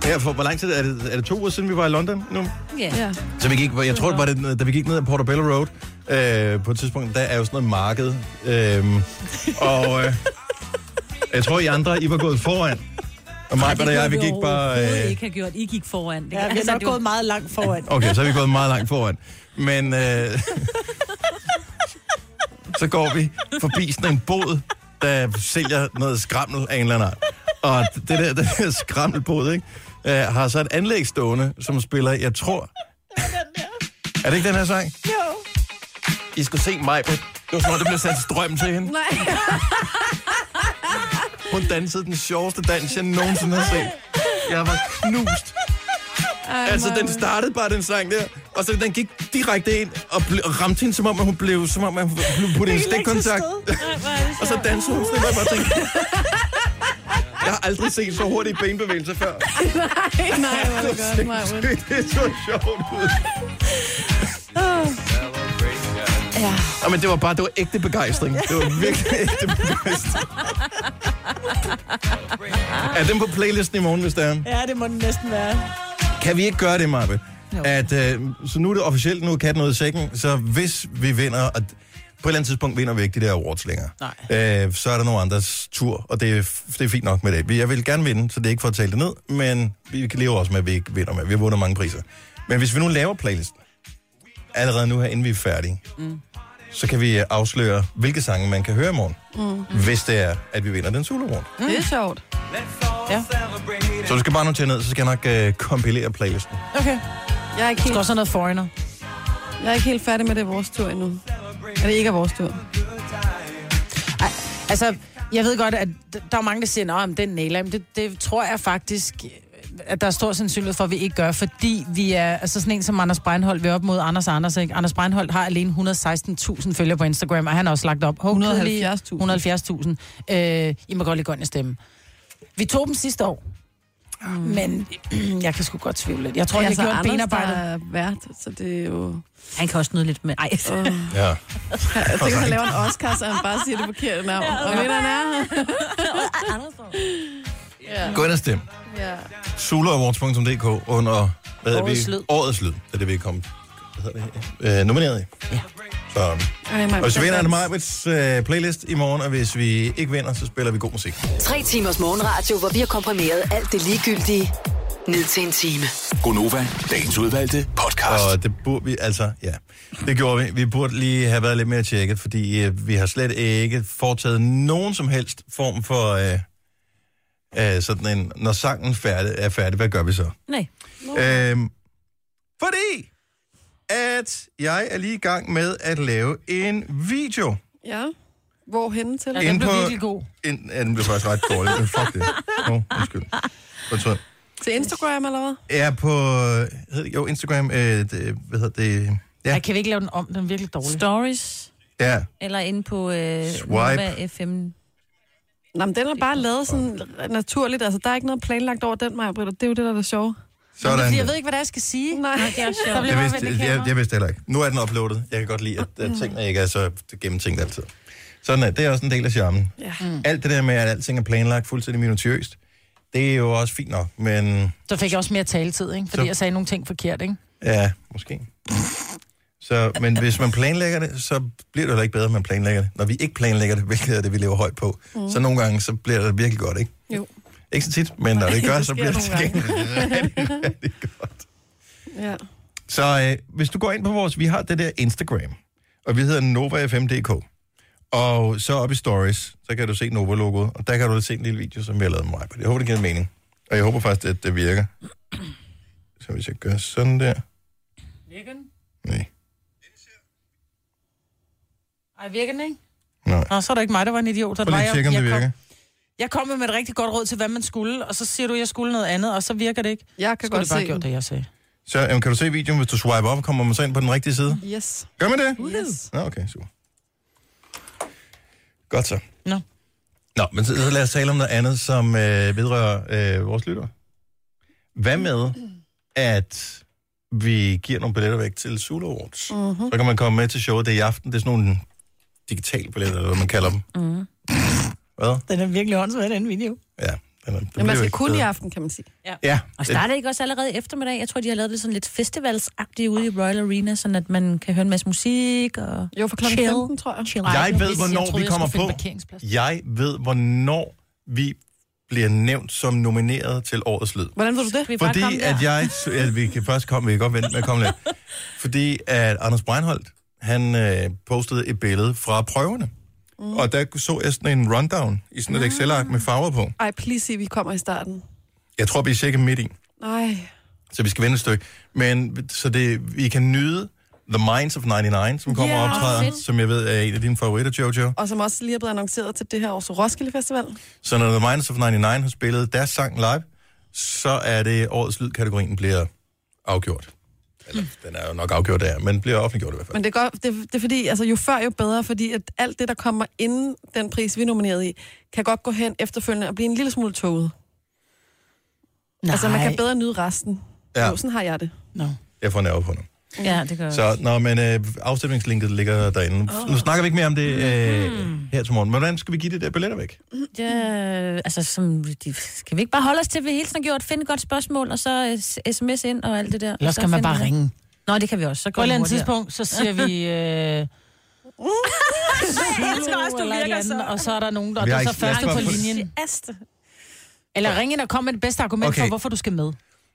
Speaker 1: Her for, hvor lang tid er det? Er det to uger siden, vi var i London nu?
Speaker 3: Ja.
Speaker 2: Ja.
Speaker 1: Så vi gik, jeg tror, det var det, da vi gik ned ad Portobello Road øh, på et tidspunkt, der er jo sådan noget marked. Øh, og øh, jeg tror, I andre, I var gået foran. Og mig, og jeg, vi gik bare...
Speaker 3: Øh...
Speaker 1: Øh,
Speaker 3: ikke har gjort. I gik foran. Det
Speaker 4: Ja, vi
Speaker 3: altså,
Speaker 4: er nok
Speaker 3: det var-
Speaker 4: gået meget langt foran.
Speaker 1: Okay, så er vi gået meget langt foran. Men øh, så går vi forbi sådan en båd, der sælger noget skrammel af en eller anden art. Og det der, den her skrammelbåd, ikke, øh, har så et anlæg stående, som spiller, jeg tror... Er det ikke den her sang? Jo. I skulle se mig. Det var sådan, at det blev sat strøm til hende.
Speaker 2: Nej.
Speaker 1: Hun dansede den sjoveste dans, jeg nogensinde har set. Jeg var knust.
Speaker 2: Ej,
Speaker 1: Altså, den
Speaker 2: Maja.
Speaker 1: startede bare, den sang der, og så den gik direkte ind og, ble, og ramte hende, som om at hun blev, som om at hun blev puttet i en stikkontakt.
Speaker 3: Ej, hvor er det
Speaker 1: Og så
Speaker 3: sjovt.
Speaker 1: dansede hun, sådan, og jeg bare tænkte, jeg har aldrig set så hurtige benbevægelser før.
Speaker 2: Nej, hvor er det godt, Maja.
Speaker 1: Det så sjovt ud. Ja. men det var bare, det var ægte begejstring. Det var virkelig ægte begejstring. Er den på playlisten i morgen, hvis det er?
Speaker 4: Ja, det må den næsten være.
Speaker 1: Kan vi ikke gøre det, Marbe? At, øh, så nu er det officielt, nu er katten ud af sækken, så hvis vi vinder, og d- på et eller andet tidspunkt vinder vi ikke de der awards længere, øh, så er der nogle andres tur, og det er, f- det er fint nok med det. Jeg vil gerne vinde, så det er ikke for at tale det ned, men vi kan leve også med, at vi ikke vinder med. Vi har vundet mange priser. Men hvis vi nu laver playlisten, allerede nu her, inden vi er færdige, mm. så kan vi øh, afsløre, hvilke sange man kan høre i morgen, mm. hvis det er, at vi vinder den solo morgen.
Speaker 2: Det er sjovt.
Speaker 1: Så du skal bare notere ned, så skal jeg nok øh, kompilere playlisten.
Speaker 4: Okay.
Speaker 2: Jeg er, ikke
Speaker 4: Der
Speaker 2: helt,
Speaker 4: går så noget foreigner.
Speaker 2: jeg er ikke helt færdig med, at det er vores tur endnu. Er det ikke er vores tur?
Speaker 4: Ej, altså, jeg ved godt, at d- der er mange, der siger, at den nailer. jeg." Men det, det tror jeg faktisk øh, at der er stor sandsynlighed for, at vi ikke gør, fordi vi er, altså sådan en som Anders Breinholt, vi er op mod Anders Anders, ikke? Anders Breinholt har alene 116.000 følgere på Instagram, og han har også lagt op. Hov, kedelige
Speaker 2: 170.000.
Speaker 4: 170.000. Øh, I må godt lige gå ind og stemme. Vi tog dem sidste år, men jeg kan sgu godt tvivle lidt. Jeg tror, jeg har gjort
Speaker 2: Mm. altså, Anders, der
Speaker 4: benarbejdet.
Speaker 2: er vært, så det er jo...
Speaker 3: Han kan også nyde lidt med... Ej,
Speaker 1: Ja.
Speaker 2: Jeg tænker, han laver en Oscar, så han bare siger det forkerte navn. Og ved han er?
Speaker 1: Gå ind og stem.
Speaker 2: Ja.
Speaker 1: sulawards.dk under hvad er
Speaker 4: Årets
Speaker 1: vi?
Speaker 4: lyd.
Speaker 1: Årets lyd. Det er det, vi er kommet hvad hedder det? Øh, nomineret i. Ja. Så,
Speaker 2: Ej, Maja,
Speaker 1: og hvis vi vinder, er det
Speaker 2: det
Speaker 1: Majbrits øh, playlist i morgen, og hvis vi ikke vinder, så spiller vi god musik.
Speaker 6: Tre timers morgenradio, hvor vi har komprimeret alt det ligegyldige ned til en time.
Speaker 5: Gonova, dagens udvalgte podcast.
Speaker 1: Og det burde vi, altså, ja, det gjorde vi. Vi burde lige have været lidt mere tjekket, fordi øh, vi har slet ikke foretaget nogen som helst form for øh, øh, sådan en, når sangen færdig, er færdig, hvad gør vi så?
Speaker 3: Nej.
Speaker 1: Øhm, fordi at jeg er lige i gang med at lave en video.
Speaker 2: Ja. Hvorhen til?
Speaker 1: Inde
Speaker 4: blev virkelig god.
Speaker 1: Ind, ja, den blev faktisk ret dårlig. Men fuck det. Nå, undskyld. Fortryd.
Speaker 2: Til Instagram eller hvad?
Speaker 1: Jeg er på, øh, hed- jo, Instagram, øh, det, hvad hedder det? Ja,
Speaker 4: Jeg kan vi ikke lave den om, den er virkelig dårlig.
Speaker 3: Stories,
Speaker 1: ja.
Speaker 3: eller inde på øh,
Speaker 1: Swipe.
Speaker 3: Nova FM.
Speaker 2: Nå, men den er bare lavet sådan naturligt. Altså, der er ikke noget planlagt over den, Maja Britt, og det er jo det, der er det sjove.
Speaker 1: Sådan.
Speaker 4: Fordi jeg ved ikke, hvad det er, jeg skal sige.
Speaker 2: Nej, det er
Speaker 4: Der bliver
Speaker 1: Jeg
Speaker 4: bare vendt
Speaker 1: vidste,
Speaker 4: det
Speaker 1: jeg,
Speaker 4: kamera.
Speaker 1: jeg vidste heller ikke. Nu er den uploadet. Jeg kan godt lide, at,
Speaker 4: Mm.
Speaker 1: at tingene ikke er så gennemtænkt altid. Sådan er det. er også en del af charmen.
Speaker 2: Ja.
Speaker 1: Alt det der med, at alting er planlagt fuldstændig minutiøst, det er jo også fint nok, men
Speaker 4: Så fik jeg også mere taletid, ikke? Fordi
Speaker 1: Så-
Speaker 4: jeg sagde nogle ting forkert, ikke?
Speaker 1: ja, måske. Så, men hvis man planlægger det, så bliver det heller ikke bedre, at man planlægger det. Når vi ikke planlægger det, hvilket er det, vi lever højt på, mm. så nogle gange, så bliver det virkelig godt, ikke?
Speaker 2: Jo.
Speaker 1: Ikke så tit, men når det gør,
Speaker 2: det sker
Speaker 1: så bliver det til
Speaker 2: nogle gange.
Speaker 1: gengæld rigtig, rigtig godt.
Speaker 2: Ja.
Speaker 1: Så øh, hvis du går ind på vores, vi har det der Instagram, og vi hedder NovaFM.dk. Og så op i Stories, så kan du se Nova-logoet, og der kan du se en lille video, som vi har lavet med mig. Jeg håber, det giver mening. Og jeg håber faktisk, at det virker. Så hvis jeg gør sådan der...
Speaker 4: Virker den?
Speaker 1: Nej.
Speaker 4: Ej, virker den ikke?
Speaker 1: Nej.
Speaker 4: Nå, så er det ikke mig, der var en idiot. Så er det
Speaker 1: Prøv
Speaker 4: mig,
Speaker 1: lige at tjekke, om det virker.
Speaker 4: Kom, jeg kom med et rigtig godt råd til, hvad man skulle, og så siger du, at jeg skulle noget andet, og så virker det ikke.
Speaker 2: Jeg kan
Speaker 4: Skulle
Speaker 2: godt
Speaker 4: det bare
Speaker 2: se
Speaker 4: gjort
Speaker 2: den.
Speaker 4: det, jeg sagde.
Speaker 1: Så jamen, kan du se videoen, hvis du swiper op, kommer man så ind på den rigtige side?
Speaker 2: Yes.
Speaker 1: Gør man det?
Speaker 2: Yes.
Speaker 1: Nå, okay, super. Godt så.
Speaker 4: Nå.
Speaker 1: Nå, men så, så lad os tale om noget andet, som øh, vedrører øh, vores lytter. Hvad med, at vi giver nogle billetter væk til Zulu Awards?
Speaker 2: Mhm.
Speaker 1: Mm-hmm. Så kan man komme med til showet det er i aften. Det er sådan nogle digitale billetter, eller hvad man kalder dem. Mm. Hvad?
Speaker 4: Den er virkelig åndssvagt, den video.
Speaker 1: Ja. Den er, den
Speaker 2: Jamen,
Speaker 1: bliver
Speaker 2: man
Speaker 1: jo
Speaker 2: skal
Speaker 1: ikke
Speaker 2: kun altså, i
Speaker 1: bedre.
Speaker 2: aften, kan man sige.
Speaker 1: Ja,
Speaker 3: Og starter ikke også allerede i eftermiddag? Jeg tror, de har lavet det sådan lidt festivalsagtigt ude i Royal Arena, sådan at man kan høre en masse musik og
Speaker 2: Jo, for klokken
Speaker 3: chill.
Speaker 2: 15, tror jeg.
Speaker 3: Chill.
Speaker 1: Jeg ved,
Speaker 4: hvis-
Speaker 1: hvornår
Speaker 4: jeg troede,
Speaker 1: vi
Speaker 4: jeg
Speaker 1: kommer
Speaker 4: skulle finde
Speaker 1: på.
Speaker 4: parkeringsplads.
Speaker 1: Jeg ved, hvornår vi bliver nævnt som nomineret til årets lyd.
Speaker 2: Hvordan ved du det?
Speaker 3: Vi bare
Speaker 1: Fordi
Speaker 3: komme der.
Speaker 1: at jeg... Ja, vi kan først komme, vi kan godt vente med at komme lidt. Fordi at Anders Breinholt, han øh, postede et billede fra prøverne. Mm. Og der så jeg sådan en rundown i
Speaker 4: Ah.
Speaker 1: sådan et Excel-ark med farver på.
Speaker 2: Ej, please sig, vi kommer i starten.
Speaker 1: Jeg tror, vi er cirka midt i,
Speaker 2: Nej.
Speaker 1: så vi skal vende et stykke. Men så det, vi kan nyde The Minds of 99, som kommer
Speaker 2: Ja,
Speaker 1: og optræder,
Speaker 3: fedt.
Speaker 1: som jeg ved er en af dine favoritter, Jojo.
Speaker 2: Og som også lige er blevet annonceret til det her års Roskilde Festival.
Speaker 1: Så når The Minds of 99 har spillet deres sang live, så er det årets lydkategorien bliver afgjort. Eller, den er jo nok afgjort der, men bliver offentliggjort i hvert fald.
Speaker 2: Men det er, godt, det, det er fordi, altså jo før jo bedre, fordi at alt det, der kommer inden den pris, vi er nomineret i, kan godt gå hen efterfølgende og blive en lille smule toget.
Speaker 4: Nej.
Speaker 2: Altså man kan bedre nyde resten.
Speaker 1: Ja.
Speaker 2: Ja. Jo, sådan har jeg det.
Speaker 4: Nå.
Speaker 1: Jeg får nerve på nu.
Speaker 3: Ja, det gør
Speaker 1: Så, nå, men øh, afstemningslinket ligger derinde. Oh. Nu snakker vi ikke mere om det øh, her til morgen. Men hvordan skal vi give det der billetter væk?
Speaker 3: Ja, altså, som, de, skal vi ikke bare holde os til, at vi hele tiden har gjort, finde et godt spørgsmål, og så øh, s- sms ind og alt det der.
Speaker 4: Ellers
Speaker 3: Så
Speaker 4: kan man
Speaker 3: finder
Speaker 4: bare
Speaker 3: vi-
Speaker 4: ringe.
Speaker 3: Nå, det kan vi også. Så
Speaker 4: På
Speaker 3: går
Speaker 4: et
Speaker 3: det
Speaker 4: eller andet
Speaker 3: hurtigere.
Speaker 4: tidspunkt, så siger vi... Øh, Jeg elsker også, du virker så. Og så er der nogen, der, og
Speaker 1: Vi
Speaker 4: det er så
Speaker 1: har ikke- lad os
Speaker 4: første på
Speaker 1: bare få-
Speaker 4: linjen. Eller ring ind og kom med det bedste argument
Speaker 1: Okay.
Speaker 4: for, hvorfor du skal med.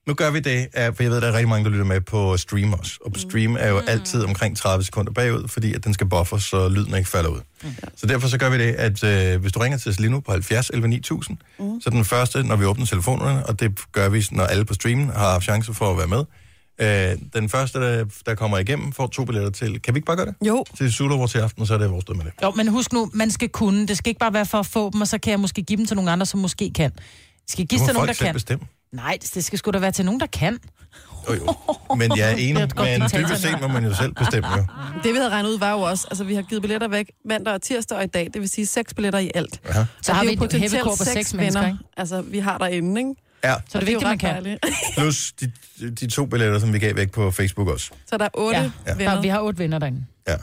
Speaker 1: Nu gør vi det, øh, for jeg ved, der er rigtig mange, der lytter med på stream også. Og på stream er jo
Speaker 4: Mm.
Speaker 1: altid omkring 30 sekunder bagud, fordi at den skal buffer, så lyden ikke falder ud.
Speaker 4: Mm.
Speaker 1: Så derfor så gør vi det, at øh, hvis du ringer til os lige nu på 70 11 9000,
Speaker 4: Mm.
Speaker 1: så den første, når vi åbner telefonerne, og det gør vi, når alle på streamen har haft chance for at være med. Øh, den første, der, der kommer igennem, får to billetter til. Kan vi ikke bare gøre det?
Speaker 2: Jo.
Speaker 1: Til Zulu over til aften, og så er det vores død med det.
Speaker 4: Jo, men husk nu, man skal kunne. Det skal ikke bare være for at få dem, og så kan jeg måske give dem til nogle andre, som måske kan. Det skal
Speaker 1: Det
Speaker 4: gives
Speaker 1: må
Speaker 4: til nogen,
Speaker 1: folk
Speaker 4: der
Speaker 1: selv
Speaker 4: kan.
Speaker 1: bestemme.
Speaker 4: Nej, det skal sgu da være til nogen, der kan.
Speaker 1: Jo, jo. Men jeg er enig,
Speaker 4: Det er et godt
Speaker 1: men
Speaker 4: diktat,
Speaker 1: dybest set
Speaker 4: han
Speaker 1: må man jo selv bestemme. Jo.
Speaker 2: Det vi havde regnet ud var jo også, altså vi har givet billetter væk mandag og tirsdag og i dag, det vil sige seks billetter i alt.
Speaker 1: Ja.
Speaker 4: Så har
Speaker 2: det er
Speaker 4: vi
Speaker 2: jo
Speaker 4: et hæppekor på seks mennesker, ikke?
Speaker 2: Altså vi har derinde, ikke?
Speaker 1: Ja,
Speaker 4: Så det er
Speaker 2: jo
Speaker 4: vigtigt, man
Speaker 2: ret
Speaker 4: kan.
Speaker 2: dejligt.
Speaker 1: plus de, de to billetter, som vi gav væk på Facebook også.
Speaker 2: Så der er otte
Speaker 4: Ja.
Speaker 2: ja.
Speaker 4: Der,
Speaker 2: venner.
Speaker 4: vi har otte venner derinde,
Speaker 1: Ja.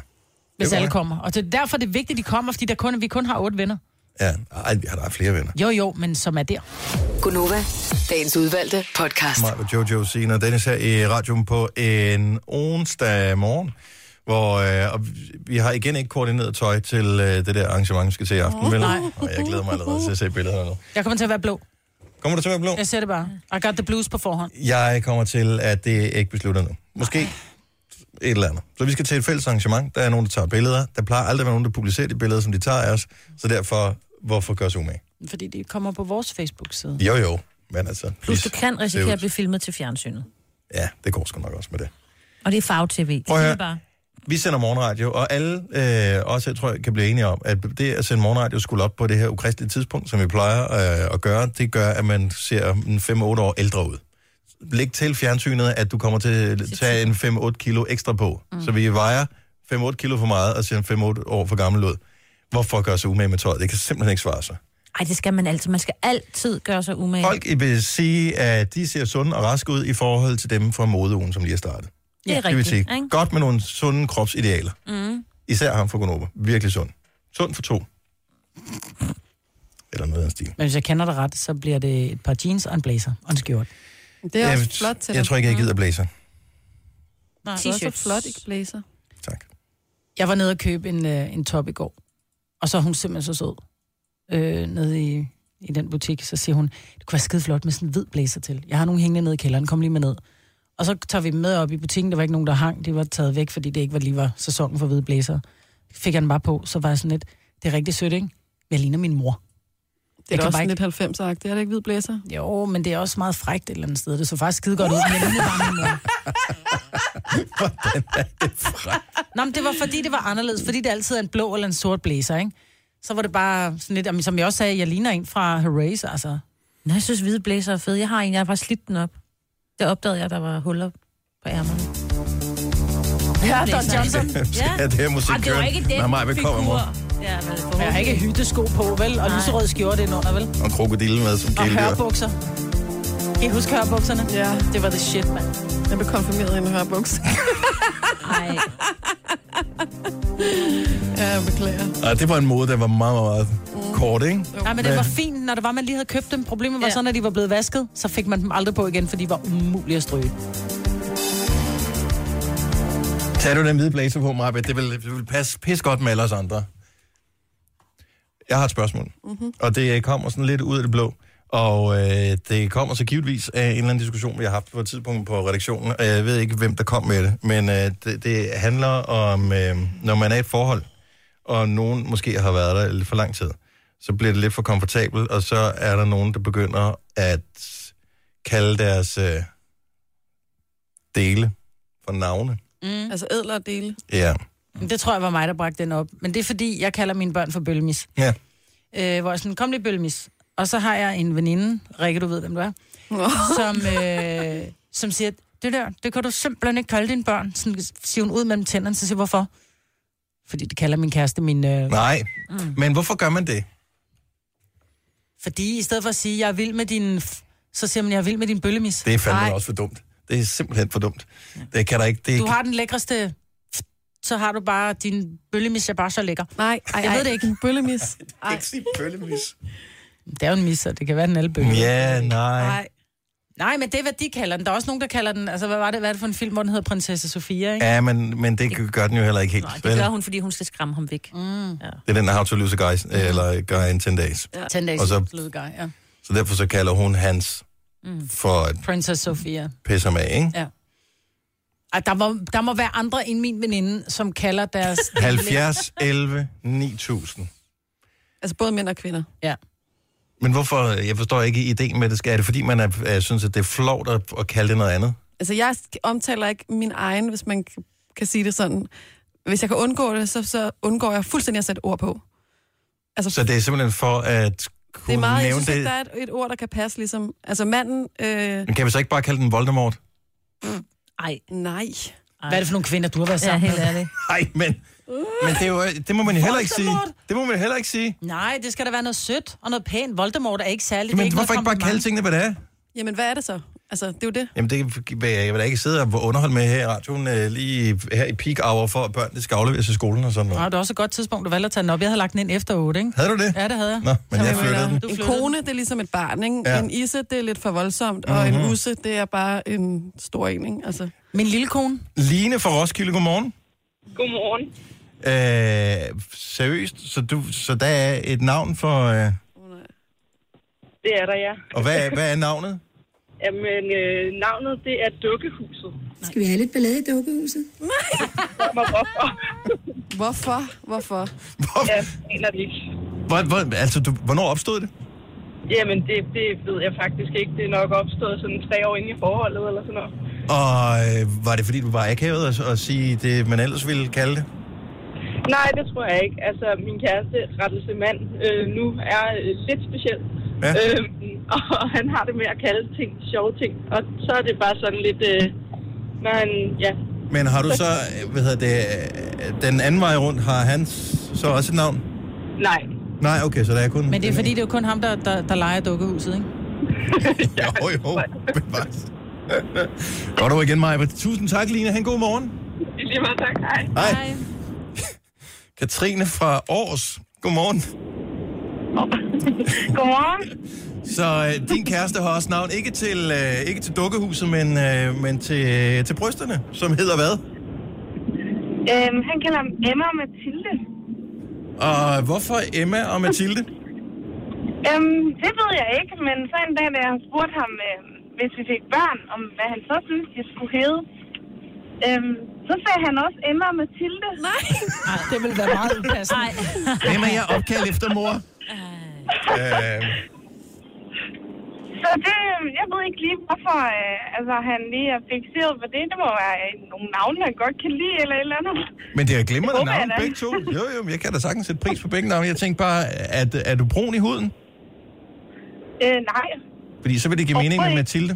Speaker 4: hvis
Speaker 1: Det
Speaker 4: alle
Speaker 1: går.
Speaker 4: kommer. Og det er derfor, det er vigtigt, at de kommer, fordi der kun, vi kun har otte venner.
Speaker 1: Ja, ej, vi har da flere venner.
Speaker 4: Jo, jo, men som er der.
Speaker 6: Gunova, dagens udvalgte podcast.
Speaker 1: Mig og Jojo Sina og Dennis her i radioen på en onsdag morgen, hvor øh, og vi- vi har igen ikke koordineret tøj til øh, det der arrangement, vi skal til i aften. Oh, nej. Og jeg glæder mig allerede til at se billederne nu.
Speaker 4: Jeg kommer til at være blå.
Speaker 1: Kommer du til at være blå?
Speaker 4: Jeg ser det bare. I got the blues på forhånd.
Speaker 1: Jeg kommer til, at det er ikke beslutter nu. Måske et eller andet. Så vi skal til et fælles arrangement. Der er nogen, der tager billeder. Der plejer aldrig at være nogen, der publicerer de billeder, som de tager af os. Så derfor, hvorfor gøre sig umage?
Speaker 4: Fordi det kommer på vores Facebook-side.
Speaker 1: Jo, jo. Men altså,
Speaker 3: Plus, du
Speaker 1: please,
Speaker 3: kan risikere
Speaker 1: det er
Speaker 3: at blive filmet til fjernsynet.
Speaker 1: Ja, det går sgu nok også med det.
Speaker 3: Og det er farve-tv.
Speaker 1: Prøv at høre.
Speaker 3: Det er bare.
Speaker 1: Vi sender morgenradio, og alle øh, også, jeg tror, jeg kan blive enige om, at det at sende morgenradio skulle op på det her ukristelige tidspunkt, som vi plejer øh, at gøre, det gør, at man ser en 5-8 år ældre ud. Læg til fjernsynet, at du kommer til at tage en 5-8 kilo ekstra på. Mm. Så vi vejer 5-8 kilo for meget og ser en 5-8 år for gammel ud. Hvorfor gøre sig umage med tøjet? Det kan simpelthen ikke svare sig.
Speaker 3: Ej, det skal man altid. Man skal altid gøre sig umage.
Speaker 1: Folk I vil sige, at de ser sunde og raske ud i forhold til dem fra modeugen, som lige er startet.
Speaker 3: det er
Speaker 1: Det vil
Speaker 3: rigtigt.
Speaker 1: sige,
Speaker 3: ikke?
Speaker 1: godt med nogle sunde kropsidealer. Mm. Især ham fra Gonova. Virkelig sund. Sund for to. Eller noget af den stil.
Speaker 4: Men hvis jeg kender dig ret, så bliver det et par jeans og en blazer og en skjort.
Speaker 2: Det er
Speaker 1: jeg,
Speaker 2: også flot til
Speaker 1: jeg
Speaker 2: dig. Mm.
Speaker 1: tror ikke, jeg gider blazer.
Speaker 4: Nej,
Speaker 2: Det er også
Speaker 3: T-shirts.
Speaker 2: så flot, ikke blazer.
Speaker 1: Tak.
Speaker 4: Jeg var nede og købe en, øh, en top i går, og så er hun simpelthen så sød øh, nede i, i den butik. Så siger hun, det kunne være skide flot med sådan en hvid blæser til. Jeg har nogle hængende nede i kælderen, kom lige med ned. Og så tager vi dem med op i butikken, der var ikke nogen, der hang. Det var taget væk, fordi det ikke var lige var sæsonen for hvide blæser. Fik jeg den bare på, så var jeg sådan lidt, det er rigtig sødt, ikke? Jeg ligner min mor.
Speaker 2: Det er da
Speaker 4: kan
Speaker 2: også
Speaker 4: bare
Speaker 2: sådan lidt 90'er-agtigt. Er det ikke hvid blæser?
Speaker 4: Jo, men det er også meget frægt et eller andet sted. Det så faktisk skide godt ud, men jeg lignede bare min mor. Nå, men det var fordi, det var anderledes. Fordi det altid er en blå eller en sort blæser, ikke? Så var det bare sådan lidt, jamen, som jeg også sagde, jeg ligner en fra Herace, altså.
Speaker 3: Nå, jeg synes, hvide blæser er fede. Jeg har en, jeg har bare slidt den op. Det opdagede jeg, der var huller på ærmerne.
Speaker 4: Ja,
Speaker 3: Don Johnson.
Speaker 1: Ja, det her musik
Speaker 3: Ej, det var ikke den
Speaker 1: Nej, mig
Speaker 3: figur.
Speaker 1: velkommen, mor.
Speaker 3: Ja, men
Speaker 4: Men jeg har ikke hyttesko på, vel? Og
Speaker 3: Nej.
Speaker 4: lyserød skjorte indenunder, vel?
Speaker 1: Og en krokodille med som
Speaker 4: Og
Speaker 1: kæledyr.
Speaker 4: hørbukser. Kan I huske hørbukserne?
Speaker 2: Ja.
Speaker 4: Det var the shit, mand.
Speaker 2: Jeg blev konfirmeret i en hørbuks.
Speaker 3: Ej,
Speaker 2: ja, jeg beklager.
Speaker 1: Ej, det var en mode, der var meget, meget,
Speaker 3: Mm.
Speaker 1: meget kort, ikke?
Speaker 4: Nej, men det var fint, når det var, man lige havde købt dem. Problemet var
Speaker 3: Ja.
Speaker 4: så, når de var blevet vasket, så fik man dem aldrig på igen, fordi de var umulige at stryge.
Speaker 1: Tag du den hvide blazer på, Maja? Det vil, det vil passe pis godt med alle os andre. Jeg har et spørgsmål, mm-hmm. og det øh, kommer sådan lidt ud af det blå. Og øh, det kommer så givetvis af en eller anden diskussion, vi har haft på et tidspunkt på redaktionen, og jeg ved ikke, hvem der kom med det, men øh, det, det handler om, øh, når man er i et forhold, og nogen måske har været der lidt for lang tid, så bliver det lidt for komfortabelt, og så er der nogen, der begynder at kalde deres øh, dele for navne.
Speaker 2: Altså ædler og dele.
Speaker 1: Ja.
Speaker 4: Men Det tror jeg var mig, der bragte den op. Men det er fordi, jeg kalder mine børn for bølmis.
Speaker 1: Ja.
Speaker 4: øh, hvor jeg sådan, kom lige bølmis. Og så har jeg en veninde, Rikke, du ved, hvem du er, som, øh, som siger, det der, det kan du simpelthen ikke kalde dine børn. Sådan siger hun ud mellem tænderne, så siger jeg, hvorfor? Fordi det kalder min kæreste min... Øh,
Speaker 1: Nej, mm. men hvorfor gør man det?
Speaker 4: fordi i stedet for at sige, jeg er vild med din... F-", så siger man, jeg er vild med din bøllemis.
Speaker 1: Det er fandme
Speaker 4: Ej.
Speaker 1: Ej. også for dumt. Det er simpelthen for dumt. Det kan der ikke. Det er
Speaker 4: Du
Speaker 1: ikke...
Speaker 4: har den lækreste... f- Så har du bare... Din bøllemis er bare så lækker.
Speaker 2: Nej, ej, jeg
Speaker 4: ej.
Speaker 2: ved det ikke. En bøllemis. Ej,
Speaker 1: Ikke sige bøllemis.
Speaker 4: Det er jo en mis, så det kan være den alle bølle.
Speaker 1: Ja, nej.
Speaker 2: ej.
Speaker 4: Nej, men det er, hvad de kalder den. Der er også nogen, der kalder den... Altså, hvad var det, hvad er det for en film, hvor den hedder Prinsesse Sofia, ikke?
Speaker 1: Ja, men, men det gør den jo heller ikke helt.
Speaker 3: nej,
Speaker 1: vel?
Speaker 3: det gør hun, fordi hun skal skræmme ham væk.
Speaker 1: det er den, der How to Lose a Guy, eller Guy in 10 Days. Ja.
Speaker 4: 10 days
Speaker 1: Og så-
Speaker 4: Absolute Guy, ja.
Speaker 1: Så derfor så kalder hun hans mm. for at
Speaker 4: Princess Sofia.
Speaker 1: pisse ham af, ikke?
Speaker 4: Ja. Ej, der, må, der må være andre end min veninde, som kalder deres...
Speaker 1: 70, 11, 9000.
Speaker 2: Altså både mænd og kvinder.
Speaker 4: Ja.
Speaker 1: Men hvorfor, jeg forstår ikke ideen med det. Skal- Er det fordi, man er, er, synes, at det er flovt at, at kalde det noget andet?
Speaker 2: Altså jeg omtaler ikke min egen, hvis man k- kan sige det sådan. Hvis jeg kan undgå det, så, så undgår jeg fuldstændig at sætte ord på. Altså,
Speaker 1: Så det er simpelthen for at
Speaker 2: det
Speaker 1: kunne
Speaker 2: er meget, jeg
Speaker 1: nævne
Speaker 2: synes ikke,
Speaker 1: det.
Speaker 2: der er et, et ord, der kan passe ligesom. Altså manden, øh,
Speaker 1: Men kan vi så ikke bare kalde den Voldemort?
Speaker 3: Ej,
Speaker 2: nej.
Speaker 4: Hvad er det for nogle kvinder, du har været
Speaker 3: ja,
Speaker 4: sammen
Speaker 3: helt
Speaker 4: med?
Speaker 3: ærligt.
Speaker 1: Nej, men, men det, er jo, det må man jo heller ikke sige.
Speaker 4: Voldemort!
Speaker 1: Det må man heller ikke sige.
Speaker 4: Nej, det skal da være noget sødt og noget pænt. Voldemort er ikke særlig. det er
Speaker 1: Men
Speaker 4: ikke
Speaker 1: hvorfor ikke
Speaker 4: noget
Speaker 1: bare kalde tingene, hvad det er?
Speaker 2: Jamen hvad er det så? Altså det er jo det.
Speaker 1: Jamen, det vil jeg, jeg vil da ikke sidde og underholde med her i radioen øh, lige her i peak hour, for at børn det skal afleveres i skolen og sådan
Speaker 4: kompliment.
Speaker 1: noget.
Speaker 4: Nej, det er også et godt tidspunkt, du valgte at tage den op. Jeg havde lagt den ind efter 8, ikke?
Speaker 1: Havde du det?
Speaker 4: Ja, det havde jeg.
Speaker 1: Nå, men
Speaker 4: Så
Speaker 1: jeg
Speaker 4: var
Speaker 1: flyttede den.
Speaker 4: Du
Speaker 2: En
Speaker 4: flyttede
Speaker 2: kone, det er ligesom et barn, ikke?
Speaker 1: Ja. Mhm.
Speaker 2: Ja. En isse, det er lidt for voldsomt, og mm-hmm. en usse, det er bare en stor en, ikke? Altså,
Speaker 4: den. Min lille kone.
Speaker 1: Line fra Roskilde, godmorgen.
Speaker 7: Godmorgen.
Speaker 1: Øh, seriøst, så, du, så der er et navn for... Øh,
Speaker 7: Det er der, ja.
Speaker 1: Og hvad, er- hvad er navnet?
Speaker 7: Jamen, øh, navnet, det er Dukkehuset.
Speaker 8: Skal vi have lidt ballade i dukkehuset?
Speaker 7: Spørg mig hvorfor.
Speaker 2: Hvorfor? Hvorfor?
Speaker 7: ja, aner det ikke.
Speaker 1: Hvor, hvor, altså, du, hvornår opstod det?
Speaker 7: Jamen, det, det ved jeg faktisk ikke. Det er nok opstået sådan tre år inde i forholdet eller sådan noget.
Speaker 1: Og øh, var det, fordi du var akavet at, at sige det, man ellers ville kalde det?
Speaker 7: Nej, det tror jeg ikke. Altså, min kæreste, rettelse mand, øh, nu er øh, lidt speciel.
Speaker 1: Ja.
Speaker 7: Øh, og han har det med at kalde ting sjove ting. Og så er det bare sådan lidt, øh, når han, ja,
Speaker 1: Men har du så, øh, hvad hedder det, øh, den anden vej rundt, har han s- så også et navn?
Speaker 7: nej.
Speaker 1: Nej, okay, så der er kun...
Speaker 4: Men det er fordi, det er jo kun ham, der, der, der leger dukkehuset, ikke?
Speaker 1: Jo, jo, bevares. Godt over igen, Maja. Tusind tak, Line. Han god morgen.
Speaker 7: I lige måde, tak. Hej.
Speaker 1: Hej. Hej. Katrine fra Aarhus. Godmorgen.
Speaker 7: Godmorgen.
Speaker 1: Så øh, din kæreste har også navn, ikke til, øh, ikke til dukkehuset, men, øh, men til, øh, til brysterne, som hedder hvad?
Speaker 7: Øhm, han kalder ham Emma og Mathilde.
Speaker 1: Og hvorfor Emma og Mathilde?
Speaker 7: Øhm, det ved jeg ikke, men så en dag, da jeg spurgte ham, øh, hvis vi fik børn, om hvad han så synes, jeg skulle hedde, øhm, så sagde han også Emma og Mathilde.
Speaker 2: Nej.
Speaker 4: Ej, det ville være meget upassende.
Speaker 3: Nej.
Speaker 1: Emma, jeg er opkaldt efter mor. Øh,
Speaker 7: Så det, øh, jeg ved ikke lige, hvorfor øh, altså, han lige er fixeret på det. Det må være øh, nogle navne, han godt kan lide, eller et eller andet.
Speaker 1: men det er glimrende
Speaker 7: Håber jeg
Speaker 1: navn,
Speaker 7: da.
Speaker 1: begge to. Jo, jo, men jeg kan da sagtens sætte pris på begge navne. Jeg tænkte bare, at, er du brun i huden?
Speaker 7: Øh, nej,
Speaker 1: Fordi så vil det give mening med
Speaker 7: Overhovedet
Speaker 1: Mathilde.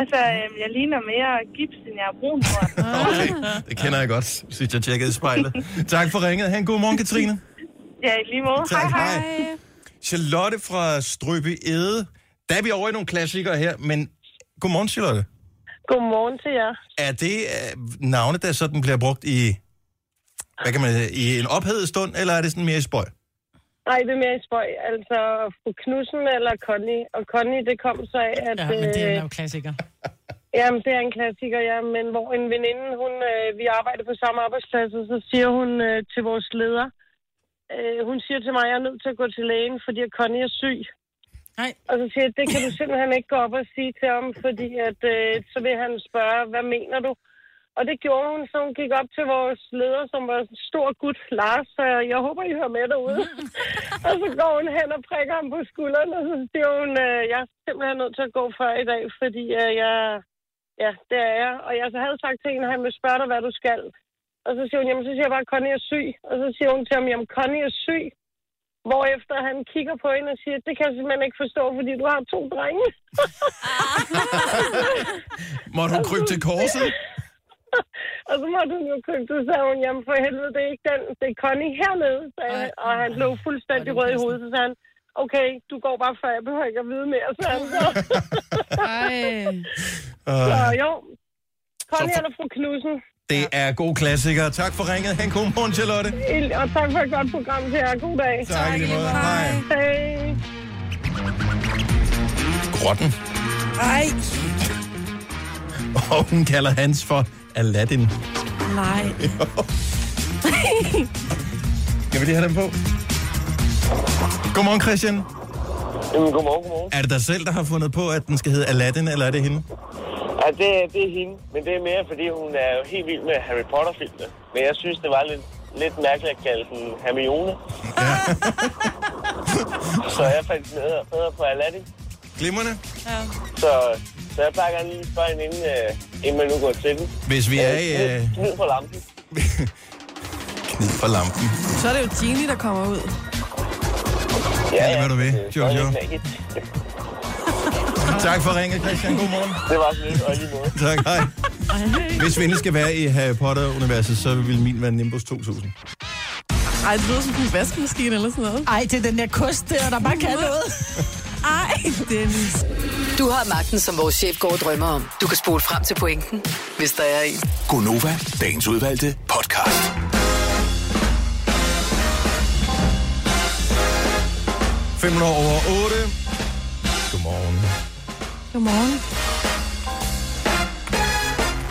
Speaker 7: altså, øh, jeg ligner mere gips, end jeg er brun, tror jeg.
Speaker 1: Okay, det kender jeg godt, sidst jeg tjekkede spejlet. Tak for ringet. Ha' en god morgen, Katrine.
Speaker 7: Ja, i lige måde.
Speaker 1: Tak, hej. Charlotte fra Strøbe Ede. Der er vi over i nogle klassikere her, men godmorgen, Charlotte.
Speaker 7: Godmorgen til jer.
Speaker 1: Er det øh, navne, der sådan bliver brugt i, hvad kan man sige, i en ophedet stund, eller er det sådan mere i spøj?
Speaker 7: Nej, det er mere i spøj. Altså, fru Knudsen eller Connie. Og Connie, det kom så af, at... øh,
Speaker 4: Ja, men det er jo en klassiker.
Speaker 7: Jamen, det er en klassiker, ja. Men hvor en veninde, hun, øh, vi arbejder på samme arbejdsplads, og så siger hun øh, til vores leder, øh, hun siger til mig, at jeg er nødt til at gå til lægen, fordi at Connie er syg.
Speaker 4: Nej.
Speaker 7: Og så siger jeg, det kan du simpelthen ikke gå op og sige til ham, fordi at, øh, så vil han spørge, hvad mener du? Og det gjorde hun, så hun gik op til vores leder, som var en stor gut, Lars, så jeg håber, I hører med derude. og så går hun hen og prikker ham på skulderen, og så siger hun, øh, jeg er simpelthen nødt til at gå før i dag, fordi øh, jeg Ja, det er jeg. Og jeg så havde sagt til hende, at han vil spørge dig, hvad du skal. Og så siger hun, jamen så siger jeg bare, at Connie er syg. Og så siger hun til ham, jamen Connie er syg. Hvorefter han kigger på hende og siger, det kan jeg simpelthen ikke forstå, fordi du har to drenge.
Speaker 1: Måtte hun krybe til korset?
Speaker 7: og så måtte hun jo købe det, så sagde hun, jamen for helvede, det er ikke den, det er Connie hernede. Sagde, han. og han lå fuldstændig rød i hovedet, så sagde han, okay, du går bare før, jeg behøver ikke at vide mere. Så, han, så,
Speaker 2: Ej.
Speaker 7: så
Speaker 1: Uh,
Speaker 7: jo, Connie
Speaker 1: Så-
Speaker 7: eller fru Knudsen.
Speaker 1: det er gode klassikere. Tak for ringet. Ha' en god morgen, Charlotte.
Speaker 7: I- Og tak for et godt program til jer. God dag.
Speaker 1: Tak, i lige måde. Hej.
Speaker 7: Hej.
Speaker 1: Grotten.
Speaker 2: Ej.
Speaker 1: Og hun kalder hans for Aladdin.
Speaker 2: Nej.
Speaker 1: Kan vi lige have dem på? Godmorgen, Christian.
Speaker 9: Jamen, godmorgen, godmorgen.
Speaker 1: Er det dig selv, der har fundet på, at den skal hedde Aladdin, eller er det hende?
Speaker 9: Ja, det, er- det er hende, men det er mere, fordi hun er jo helt vild med Harry Potter-filmene. Men jeg synes, det var lidt, lidt mærkeligt at kalde den Hermione. så jeg fandt bedre, bedre på Aladdin.
Speaker 1: Glimmerne.
Speaker 9: Så, så jeg plejer gerne lige at spørge hende, inden, øh, inden man nu går til den.
Speaker 1: Hvis vi er i...
Speaker 9: Øh,
Speaker 1: Øh,
Speaker 9: Knid på lampen.
Speaker 1: knid for lampen.
Speaker 2: Så er det jo Genie, der kommer ud.
Speaker 1: Kald det, hvad du vil,
Speaker 9: det er
Speaker 1: Jojo.
Speaker 9: stadig lidt mærkeligt.
Speaker 1: Tak for ringet, Christian. God morgen.
Speaker 9: Det var sådan lidt, og i lige måde.
Speaker 1: Tak, hej. Hvis vi endelig skal være i Harry Potter-universet, så vil min være Nimbus 2000.
Speaker 2: Ej, det lyder som en vaskemaskine eller sådan noget.
Speaker 4: Ej, det er den der kost der, der bare kan noget.
Speaker 2: Ej, Dennis.
Speaker 6: Du har magten, som vores chef går og drømmer om. Du kan spole frem til pointen, hvis der er en.
Speaker 5: Gonova, dagens udvalgte podcast.
Speaker 1: Fem minutter over 8. Godmorgen.
Speaker 2: Godmorgen.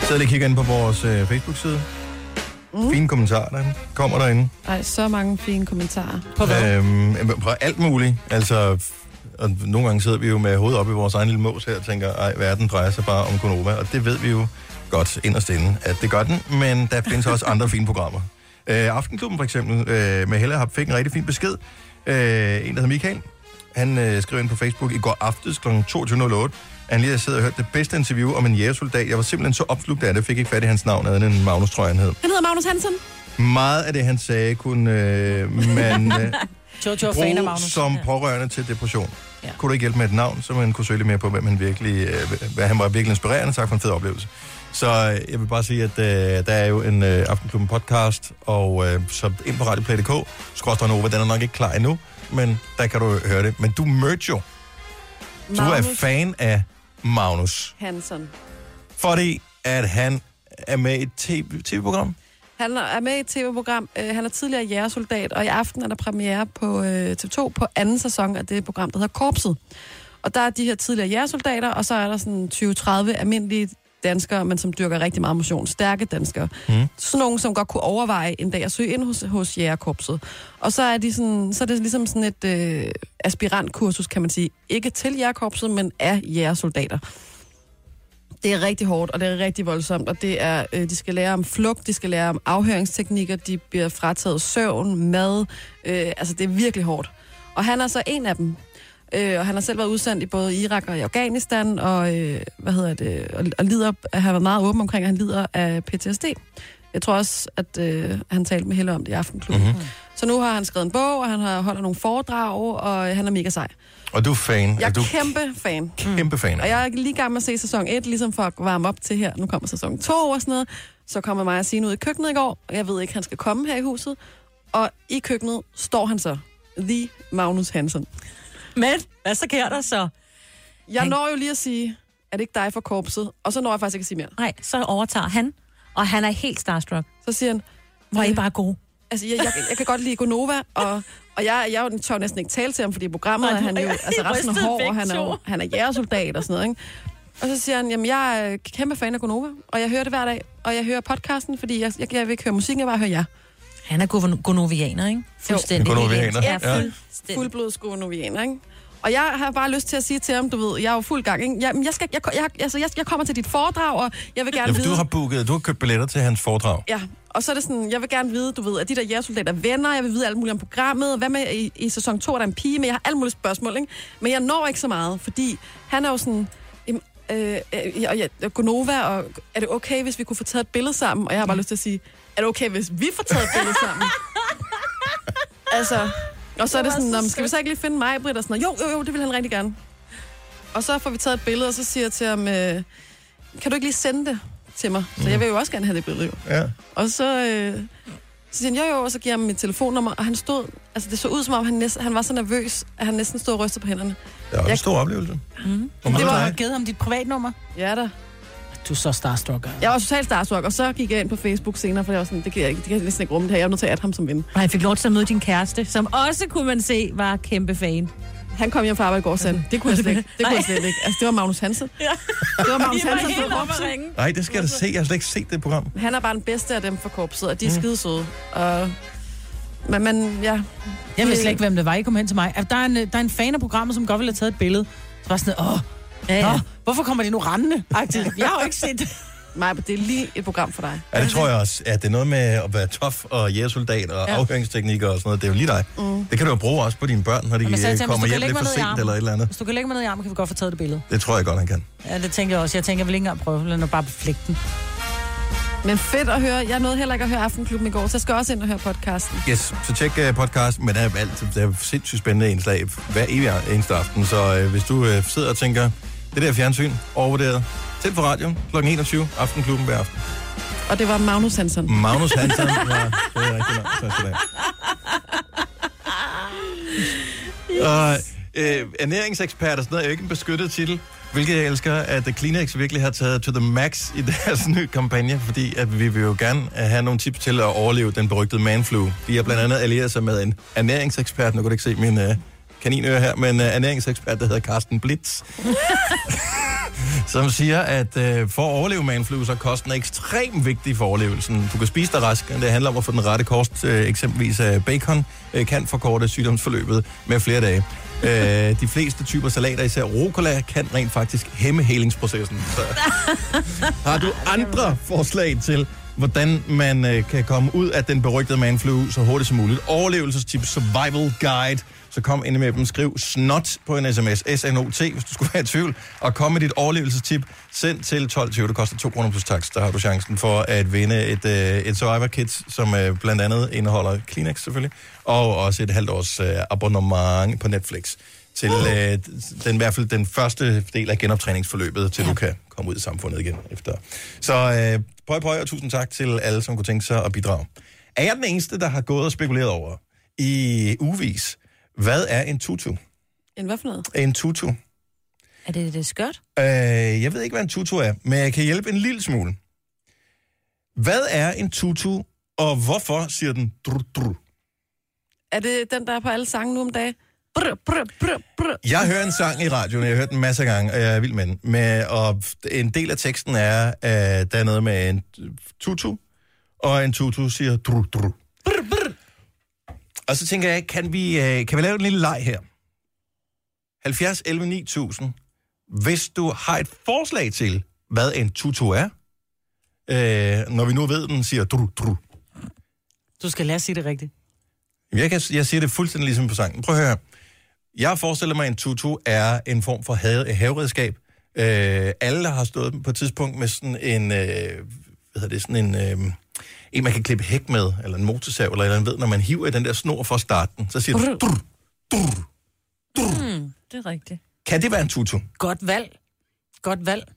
Speaker 1: Så lige kigger ind på vores øh, Facebook-side. Mm. Fine kommentarer, der kommer derinde.
Speaker 2: Ej, så mange fine kommentarer.
Speaker 1: På, øhm, på alt muligt. Altså, og nogle gange sidder vi jo med hovedet op i vores egen lille mås her og tænker, ej, verden drejer sig bare om Gonova, og det ved vi jo godt inderst inde, at det gør den, men der findes også andre fine programmer. Øh, Aftenklubben for eksempel, øh, med Hella har fik en rigtig fin besked. Øh, en, der hedder Michael, han øh, skrev ind på Facebook i går aftes kl. 22.08, at han lige havde siddet og hørt det bedste interview om en jægersoldat. Jeg var simpelthen så opslugt af det, fik ikke fat i hans navn, andet end Magnus, tror jeg, han hed.
Speaker 2: Han hedder Magnus Hansen.
Speaker 1: Meget af det, han sagde, kunne øh, man øh,
Speaker 4: Jojo er fan af
Speaker 1: bruge
Speaker 4: Magnus.
Speaker 1: som pårørende til depression. Ja. Kunne du ikke hjælpe med et navn, så man kunne søge lidt mere på, hvem han virkelig, øh, hvad han var virkelig inspirerende. Tak for en fed oplevelse. Så øh, jeg vil bare sige, at øh, der er jo en øh, Aftenklubben podcast, og øh, så ind på radioplay.dk, skråstrej Nova, den er nok ikke klar endnu, men der kan du høre det. Men du mødte jo. Du er
Speaker 2: Magnus
Speaker 1: fan af Magnus,
Speaker 2: Hansen.
Speaker 1: fordi at han er med i et TV- tv-program.
Speaker 2: Han er med i et tv-program. Øh, han er tidligere jægersoldat, og i aften er der premiere på øh, TV2 på anden sæson af det program, der hedder Korpset. Og der er de her tidligere jægersoldater, og så er der sådan 20-30 almindelige danskere, men som dyrker rigtig meget motion. Stærke danskere. Mm. Sådan nogen, som godt kunne overveje en dag at søge ind hos, hos jægerkorpset. Og så er, de sådan, så er det ligesom sådan et øh, aspirantkursus, kan man sige. Ikke til jægerkorpset, men af jægersoldater. Det er rigtig hårdt, og det er rigtig voldsomt, og det er, øh, de skal lære om flugt, de skal lære om afhøringsteknikker, de bliver frataget søvn, mad, øh, altså det er virkelig hårdt. Og han er så en af dem, øh, og han har selv været udsendt i både Irak og i Afghanistan, og, øh, hvad hedder det, og, og lider, han har været meget åben omkring, at han lider af PTSD. Jeg tror også, at øh, han talte med Helle om det i Aftenklubben.
Speaker 1: Mhm.
Speaker 2: Mm-hmm. Så nu har han skrevet en bog, og han har holder nogle foredrag, og øh, han er mega sej.
Speaker 1: Og du er fan.
Speaker 2: Jeg er
Speaker 1: du
Speaker 2: kæmpe fan.
Speaker 1: kæmpe fan af.
Speaker 2: Og jeg er lige i gang med at se sæson 1, ligesom for at varme op til her. Nu kommer sæson 2 og sådan noget. Så kommer mig og Signe ud i køkkenet i går, og jeg ved ikke, han skal komme her i huset. Og i køkkenet står han så. The Magnus Hansen.
Speaker 3: Men hvad så sker der så?
Speaker 2: Jeg når jo lige at sige, er det ikke dig for korpset? Og så når jeg faktisk ikke at sige mere.
Speaker 3: Nej, så overtager han, og han er helt starstruck.
Speaker 2: Så siger han,
Speaker 3: Hvor er I bare gode.
Speaker 2: altså jeg, jeg, jeg kan godt lide Gonova, og, og jeg, jeg tør næsten ikke tale til ham, fordi i programmet
Speaker 3: Nej,
Speaker 2: er
Speaker 3: du-
Speaker 2: han jo altså
Speaker 3: I
Speaker 2: ret sådan
Speaker 3: rystede
Speaker 2: hård, og
Speaker 3: begge
Speaker 2: han er, jo,
Speaker 3: to.
Speaker 2: han er jægersoldat og sådan noget, ikke? Og så siger han, jamen jeg er kæmpe fan af Gonova, og jeg hører det hver dag, og jeg hører podcasten, fordi jeg, jeg, jeg vil ikke høre musikken, jeg vil bare hører jer.
Speaker 3: Han er gono- gonovianer, ikke? Fuldstændig.
Speaker 1: Gonovianer,
Speaker 3: Ja,
Speaker 1: ja.
Speaker 3: fuldstændig.
Speaker 2: fuldblodsgonovianer, ikke? Og jeg har bare lyst til at sige til ham, du ved, jeg er jo fuld gang, ikke? Jeg, men jeg, skal, jeg, jeg, altså, jeg, jeg kommer til dit foredrag, og jeg vil gerne
Speaker 1: Ja, for
Speaker 2: vide...
Speaker 1: du har booket, du har købt billetter til hans foredrag.
Speaker 2: Ja, og så er det sådan, jeg vil gerne vide, du ved, at de der jægersoldater er venner, jeg vil vide alt muligt om programmet, hvad med i, i sæson 2, er der en pige, men jeg har alle mulige spørgsmål, ikke? Men jeg når ikke så meget, fordi han er jo sådan, "Jamen, øh, øh, og jeg, og Gonova, og er det okay, hvis vi kunne få taget et billede sammen? Og jeg har bare lyst til at sige, er det okay, hvis vi får taget et billede sammen? altså, og så er det sådan, "Nå, men skal vi så ikke lige finde mig, Britt, og sådan noget. Jo, jo, jo, det vil han rigtig gerne. Og så får vi taget et billede, og så siger jeg til ham, øh, kan du ikke lige sende det til mig? Så jeg vil jo også gerne have det billede, jo.
Speaker 1: Ja.
Speaker 2: Og så, øh, så siger han, jo jo, og så giver jeg ham mit telefonnummer, og han stod, altså det så ud som om, han, næsten, han var så nervøs, at han næsten stod og rystede på hænderne.
Speaker 1: Det var en
Speaker 2: Jeg-
Speaker 1: stor oplevelse. Mm.
Speaker 4: Mm-hmm. Det var, du har givet ham dit privatnummer.
Speaker 2: Ja da.
Speaker 4: Du er så starstruck. altså.
Speaker 2: Jeg var totalt starstruck, og så gik jeg ind på Facebook senere, for jeg var sådan, det kan jeg, ikke, det kan jeg næsten ikke rumme det her, jeg er nødt til at adde ham som ven.
Speaker 3: Og han fik lov til at møde din kæreste, som også kunne man se var kæmpe fan.
Speaker 2: Han kom hjem fra arbejde i går og sagde, det kunne jeg slet ikke, det kunne jeg slet ikke. Altså det var Magnus Hansen. Ja. Det var Magnus Hansen fra korpset.
Speaker 1: Nej, det skal jeg da se. Jeg har slet ikke set det program.
Speaker 2: Han er bare den bedste af dem fra korpset, og de er skide søde. Og, men, men ja,
Speaker 4: Jeg ved slet ikke, hvem det var. I kom hen til mig. At Der er en, øh, der er en fan af programmet, som godt ville have taget et billede. Så var jeg sådan, åh,
Speaker 3: Ja, ja.
Speaker 4: nå, hvorfor kommer de nu rendende? Agtigt. Jeg har jo ikke set det.
Speaker 2: Maja, det er lige et program for dig.
Speaker 1: Ja, det tror jeg også. At det er noget med at være tof og jægersoldat og ja. afhøringsteknikker og sådan noget. Det er jo lige dig. Mm. Det kan du jo bruge også på dine børn, når de
Speaker 4: Men jeg sagde
Speaker 1: øh,
Speaker 4: til ham,
Speaker 1: kommer
Speaker 4: hvis du
Speaker 1: hjem
Speaker 4: kan
Speaker 1: lidt
Speaker 4: lægge
Speaker 1: for
Speaker 4: mig ned i
Speaker 1: sent eller et
Speaker 4: armen,
Speaker 1: eller andet.
Speaker 4: hvis du kan lægge mig ned i armen, kan vi godt få taget det billede.
Speaker 1: Det tror jeg godt, han kan.
Speaker 4: Ja, det tænker jeg også. Jeg tænker, jeg vil ikke engang prøve, lad nu bare flække den.
Speaker 2: Men fedt at høre. Jeg nåede heller ikke at høre Aftenklubben i går, så jeg skal også ind og høre podcasten.
Speaker 1: Yes, så tjek uh, podcasten, men der er, alt, der er sindssygt spændende indslag hver evig eneste aften. Så uh, hvis du uh, sidder og tænker, det der fjernsyn, overvurderet, Tænd for radioen kl. 21, Aftenklubben hver aften.
Speaker 2: Og det var Magnus Hansen.
Speaker 1: Magnus Hansen var det er rigtig nok. Tak skal du have. Og, øh, ernæringsekspert og sådan noget er jo ikke en beskyttet titel, hvilket jeg elsker, at The Kleenex virkelig har taget to the max i deres nye kampagne, fordi at vi vil jo gerne øh, have nogle tips til at overleve den berygtede manflu. De har blandt andet allieret sig med en ernæringsekspert, nu kan du ikke se min øh, kaninøre her, men øh, ernæringsekspert, der hedder Carsten Blitz, som siger, at øh, for at overleve manflu, så er kosten er ekstremt vigtig for overlevelsen. Du kan spise dig rask, og det handler om at få den rette kost, øh, eksempelvis øh, bacon, øh, kan forkorte sygdomsforløbet med flere dage. Øh, de fleste typer salater, især rucola, kan rent faktisk hæmme helingsprocessen. Så, har du andre forslag til, hvordan man øh, kan komme ud af den berygtede manflu så hurtigt som muligt? Overlevelsestip, survival guide, så kom ind med dem. Skriv snot på en sms, SNOT, hvis du skulle være i tvivl, og kom med dit overlevelsestip. Send til 1220, det koster 2 kroner plus tax. Der har du chancen for at vinde et, øh, et Survivor Kit, som øh, blandt andet indeholder Kleenex selvfølgelig, og også et halvt års øh, abonnement på Netflix til øh, den, i hvert fald den første del af genoptræningsforløbet, til ja. du kan komme ud i samfundet igen efter. Så øh, pøj, pøj, og tusind tak til alle, som kunne tænke sig at bidrage. Er jeg den eneste, der har gået og spekuleret over i uvis, hvad er en tutu?
Speaker 2: En hvad for noget?
Speaker 1: En tutu? Øh,
Speaker 3: Er det det skørt?
Speaker 1: jeg ved ikke, hvad en tutu er, men jeg kan hjælpe en lille smule. Hvad er en tutu, og hvorfor siger den dru, dru?
Speaker 2: Er det den, der er på alle sange nu om dagen? Brr, brr, brr, brr.
Speaker 1: Jeg hører en sang i radioen, og jeg har hørt den masser af gange, og jeg er vild med den. Men, og en del af teksten er, at der er noget med en tutu, og en tutu siger dru, dru. Brr, brr. Og så tænker jeg, kan vi, øh, kan vi lave en lille leg her? 70 11 9000. Hvis du har et forslag til, hvad en tutu er, øh, når vi nu ved, den siger dru, dru.
Speaker 4: Du skal lære at sige det rigtigt.
Speaker 1: Jamen, Jeg, kan, jeg siger det fuldstændig ligesom på sangen. Prøv at høre. her. Jeg forestiller mig, at en tutu er en form for have, haveredskab. Øh, alle har stået på et tidspunkt med sådan en... Øh, hvad hedder det? Sådan en... Øh, en, man kan klippe hæk med, eller en motorsav, eller, eller en ved, når man hiver i den der snor for at starte den, så siger den... Dur, dur.
Speaker 3: Det er rigtigt.
Speaker 1: Kan det være en tutu?
Speaker 4: Godt valg. Godt valg.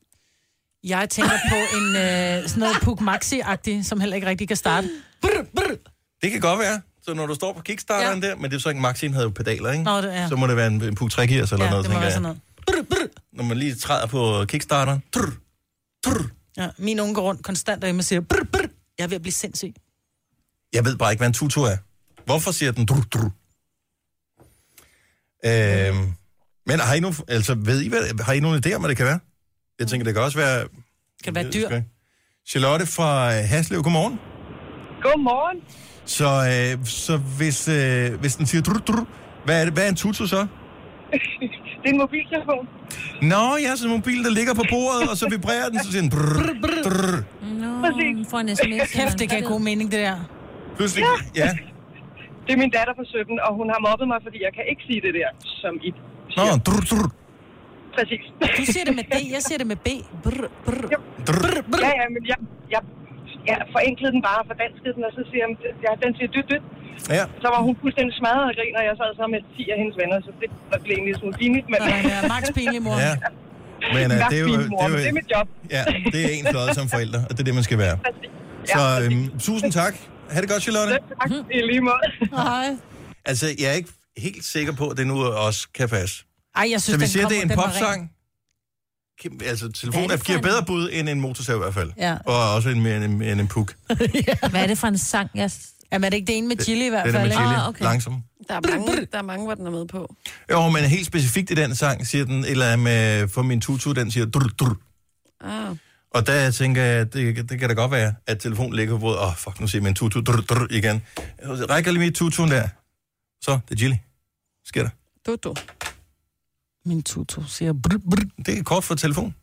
Speaker 4: Jeg tænker på en øh, sådan noget Puk Maxi-agtig, som heller ikke rigtig kan starte. Brr, brr.
Speaker 1: Det kan godt være. Så når du står på kickstarteren ja. der, men det er så ikke Maxine havde jo pedaler, ikke?
Speaker 4: Nå, det er-
Speaker 1: Så må det være en, en Puk 3 eller
Speaker 4: Ja,
Speaker 1: noget,
Speaker 4: det må
Speaker 1: tænker
Speaker 4: være
Speaker 1: jeg.
Speaker 4: sådan noget. Brr, brr.
Speaker 1: Når man lige træder på kickstarteren. Dur, dur.
Speaker 4: Ja, min unge går rundt konstant derhjemme og siger, brr, brr. jeg er ved at blive sindssyg.
Speaker 1: Jeg ved bare ikke, hvad en tutu er. Hvorfor siger den dru, dru? Øhm, men har I nogen, altså, ved I, hvad, har I nogen idéer om, hvad det kan være? Jeg tænker, det kan også være...
Speaker 4: Kan det være
Speaker 1: Jeg
Speaker 4: et
Speaker 1: ved
Speaker 4: dyr?
Speaker 1: sgu ikke. Charlotte fra øh, Haslev, godmorgen.
Speaker 7: Godmorgen.
Speaker 1: Så, øh, så hvis, øh, hvis den siger dru, dru, hvad er, det, hvad er en tutu så?
Speaker 7: Det er en mobiltelefon.
Speaker 1: Nå, jeg har sådan en mobil, der ligger på bordet, og så vibrerer den, så siger den brr, brr.
Speaker 3: Nå,
Speaker 7: Præcis.
Speaker 3: man får en sms.
Speaker 4: Kæft, det gav god mening, det der.
Speaker 1: Pludselig, ja.
Speaker 7: Det er min datter på 17, og hun har mobbet mig, fordi jeg kan ikke sige det der, som I
Speaker 1: Nå,
Speaker 7: siger.
Speaker 1: dru, dru,
Speaker 7: Præcis.
Speaker 4: Du siger det med D, jeg siger det med B. Brr, brr.
Speaker 1: dru.
Speaker 7: ja, ja, men jeg, jeg, jeg forenklede den bare og fordanskede den, og så siger jeg, ja, den siger dyt, dyt.
Speaker 1: Ja.
Speaker 7: Så var hun fuldstændig smadret og grin, og jeg sad så med 10 af hendes venner, så det var blev egentlig sådan pinligt, men...
Speaker 4: Nej, det er Max pinlig, mor.
Speaker 1: Ja. Men øh,
Speaker 7: Hvad
Speaker 1: det er jo...
Speaker 7: pinligt, mor, men det er mit job.
Speaker 1: Ja, det er ens lod som forældre, og det er det, man skal være. Så øhm, tusind tak. Ha' det godt, Charlotte.
Speaker 7: Tak, i lige måde.
Speaker 4: Ej.
Speaker 1: Altså, jeg er ikke helt sikker på, at det nu også kan passe.
Speaker 4: Ej, jeg synes,
Speaker 1: Så vi
Speaker 4: den
Speaker 1: siger,
Speaker 4: kom,
Speaker 1: det er en
Speaker 4: den var ren.
Speaker 1: popsang. Kim- Altså, telefonen
Speaker 3: Hvad er det for
Speaker 1: giver
Speaker 3: en-
Speaker 1: bedre bud end en motorsav i hvert fald.
Speaker 4: Ja.
Speaker 1: Og også en, mere end, end en puk.
Speaker 3: Hvad er det for en sang? Jeg...
Speaker 4: Jamen, er det ikke det ene med chili i hvert
Speaker 1: Den
Speaker 4: fald?
Speaker 1: er
Speaker 4: ikke?
Speaker 1: med chili.
Speaker 3: Ah, okay.
Speaker 1: Langsom.
Speaker 2: Der er mange, der er mange, hvor den er med på.
Speaker 1: Jo, men helt specifikt i den sang siger den, eller med, for min tutu, den siger dur, dur.
Speaker 2: Ah.
Speaker 1: Og der tænker jeg, at det, det kan da godt være, at telefonen ligger på bordet. Åh, oh, fuck, nu siger min tutu drr, drr, igen. Rækker lige mit tutuen der. Så, det er Jilly. Sker der?
Speaker 2: Dodo.
Speaker 4: Min tutu siger brr, brr.
Speaker 1: Det er kort for telefon.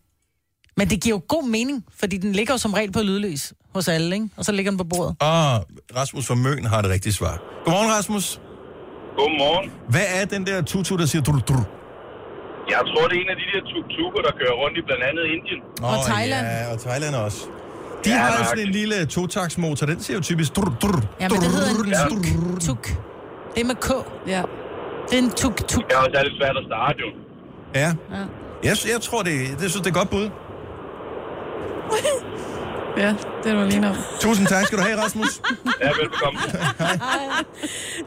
Speaker 4: Men det giver jo god mening, fordi den ligger jo som regel på lydløs hos alle, ikke? Og så ligger den på bordet.
Speaker 1: Og Ah, Rasmus fra Møn har det rigtige svar. Godmorgen, Rasmus.
Speaker 9: Godmorgen.
Speaker 1: Hvad er den der tutu, der siger drr, drr?
Speaker 9: Jeg tror, det er en af de der tuk-tukker, der kører rundt i blandt andet Indien.
Speaker 1: Nå,
Speaker 4: Og Thailand.
Speaker 1: Ja, og Thailand også. De
Speaker 9: Ja,
Speaker 1: ja, har jo
Speaker 9: nok.
Speaker 1: sådan en lille totaksmotor. Den siger jo typisk drr, drr,
Speaker 4: Ja, men det hedder en
Speaker 1: drr,
Speaker 4: tuk,
Speaker 1: drr.
Speaker 4: tuk. Det er med K.
Speaker 2: Ja.
Speaker 4: Det er en tuk, tuk.
Speaker 9: Det er også lidt svært at starte, jo.
Speaker 1: Ja. Jeg, jeg tror, det, det synes, det er et godt bud.
Speaker 2: Ja, det er du lige om.
Speaker 1: Tusind tak skal du have, Rasmus.
Speaker 9: Ja, velbekomme.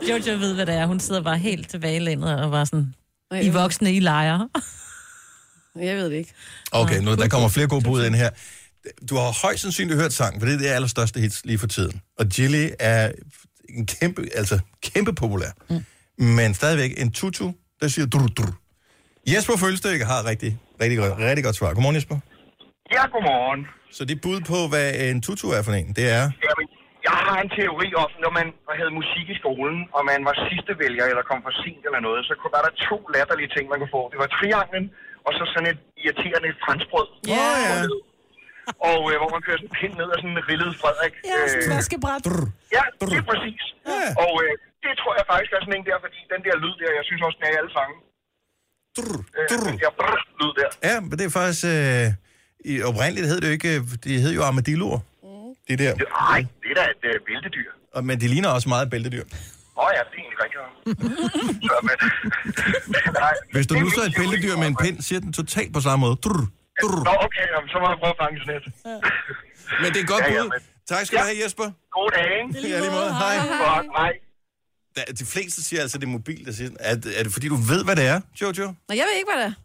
Speaker 3: Jojo ved, hvad det er. Hun sidder bare helt tilbage i landet og var sådan...
Speaker 2: Nej,
Speaker 3: I voksne, I leger.
Speaker 2: Jeg ved det ikke.
Speaker 1: Okay, nu der kommer flere gode bud ind her. Du har højst sandsynligt hørt sangen, for det er det allerstørste hits lige for tiden. Og Jilly er en kæmpe, altså kæmpe populær. Mm. Men stadigvæk en tutu, der siger dru dru. Jesper Følstøkke har rigtig, rigtig, godt- rigtig godt svar. Godmorgen Jesper.
Speaker 9: Ja, godmorgen.
Speaker 1: Så dit bud på, hvad en tutu er for en, det er...
Speaker 9: Jamen,
Speaker 10: Jeg har en teori om, når man havde musik i skolen, og man var sidste vælger, eller kom for sent eller noget, så kunne- var der to latterlige ting, man kunne få. Det var trianglen, og så sådan et irriterende franskbrød.
Speaker 1: Ja. Åh, ja.
Speaker 10: Og øh, hvor man kører sådan en pind ned og sådan en rillet Frederik. Øh,
Speaker 4: Ja, sådan et vaskebræt.
Speaker 10: Ja, det er præcis. Ja. Og øh, det tror jeg faktisk er sådan en der, fordi den der lyd der, jeg synes også, den er i alle sange. Øh, den der brrr lyd der.
Speaker 1: Ja, men det er faktisk... Øh, i, oprindeligt hed det jo ikke... øh, Det hed jo armadilloer. Mm. Det der.
Speaker 10: Nej, det er da et øh, bæltedyr.
Speaker 1: Og, men det ligner også meget et bæltedyr.
Speaker 10: Åh oh, ja, det er egentlig rigtigt. så, men, nej,
Speaker 1: Hvis du
Speaker 10: det er
Speaker 1: nu så
Speaker 10: min
Speaker 1: et
Speaker 10: teori.
Speaker 1: bæltedyr med en pind, siger den totalt på samme måde. Drr, drr.
Speaker 10: Nå, okay, jamen, så må jeg prøve at fange sådan et.
Speaker 1: Men det er et godt
Speaker 10: Ja, ja,
Speaker 1: bud.
Speaker 10: men-
Speaker 1: Tak skal du have, Jesper.
Speaker 10: God dag, ikke?
Speaker 1: Ja, lige måde. Hej.
Speaker 10: Fuck, hej.
Speaker 1: Da- De fleste siger altså, det er mobil, der siger, er, er det fordi, du ved, hvad det er, Jojo?
Speaker 2: Nå, jeg ved ikke, hvad det er.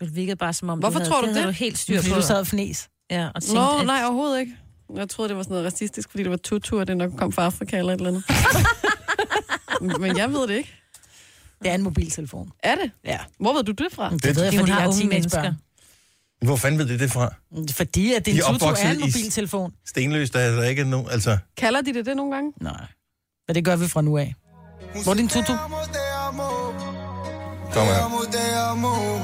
Speaker 3: Du virkede bare som om,
Speaker 2: Hvorfor
Speaker 3: du havde,
Speaker 2: tror du
Speaker 3: havde
Speaker 2: det?
Speaker 3: du helt styr
Speaker 4: Fordi
Speaker 3: på.
Speaker 4: du sad og fnis.
Speaker 3: Ja, og tænkte,
Speaker 2: Nå,
Speaker 3: at-
Speaker 2: nej, overhovedet ikke. Jeg troede, det var sådan noget racistisk, fordi det var tutu, og det nok kom fra Afrika eller et eller andet. Men jeg ved det ikke.
Speaker 4: Det er en mobiltelefon.
Speaker 2: Er det?
Speaker 4: Ja.
Speaker 2: Hvor ved du det fra?
Speaker 4: Det, det ved jeg,
Speaker 3: Fordi hun
Speaker 4: fordi jeg
Speaker 3: har
Speaker 4: har
Speaker 3: unge
Speaker 4: teenagebørn.
Speaker 1: Hvor fanden ved det det fra?
Speaker 4: Fordi at din
Speaker 1: De er
Speaker 4: tutu er
Speaker 1: opvokset
Speaker 4: en
Speaker 1: i-
Speaker 4: mobiltelefon.
Speaker 1: Stenløs, der er der ikke nogen, altså...
Speaker 2: Kalder de det det nogle gange?
Speaker 4: Nej. Men det gør vi fra nu af. Hvor er din tutu?
Speaker 1: Kom her.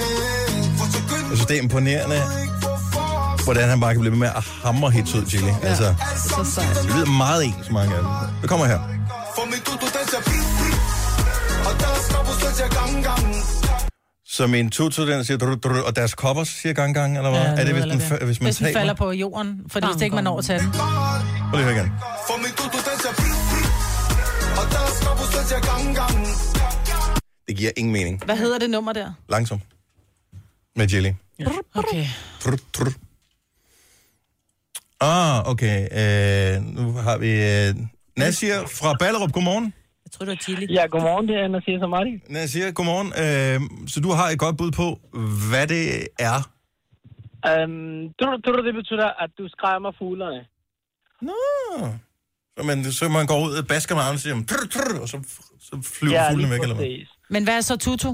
Speaker 1: Jeg synes, Altså, det er imponerende, hvordan han bare kan blive ved med at hamre hits ud, Chili. Altså,
Speaker 2: Så sejt.
Speaker 1: det lyder meget ens, mange af dem. Det kommer her. Så min tutu, den siger, drr, drr, og deres kopper siger gang gang, eller hvad?
Speaker 4: Ja,
Speaker 1: er det, hvis
Speaker 4: ved
Speaker 1: den,
Speaker 4: jeg
Speaker 1: fa-
Speaker 4: ikke.
Speaker 1: hvis man
Speaker 4: hvis den
Speaker 1: taber?
Speaker 4: falder på jorden, fordi hvis det ikke man når til den.
Speaker 1: Prøv lige at høre igen. Det giver ingen mening.
Speaker 4: Hvad hedder det nummer der?
Speaker 1: Langsom. Med jelly.
Speaker 4: Okay.
Speaker 1: Trr, trr. Ah, okay. Øh, nu har vi øh, Nasir fra Ballerup. Godmorgen.
Speaker 3: Jeg tror, det var chili.
Speaker 9: Ja, godmorgen, det er Anna Cesar Marti.
Speaker 1: Nasir, godmorgen. Øh, så du har et godt bud på, hvad det er.
Speaker 9: Øhm, tror, du- tror du, det betyder, at du skræmmer fuglerne?
Speaker 1: Nå. Så man, så man går ud og basker med armen og siger, trr, trr, og så, så flyver ja, fuglen
Speaker 9: lige
Speaker 1: væk, eller hvad?
Speaker 9: præcis.
Speaker 4: Men hvad er så tutu?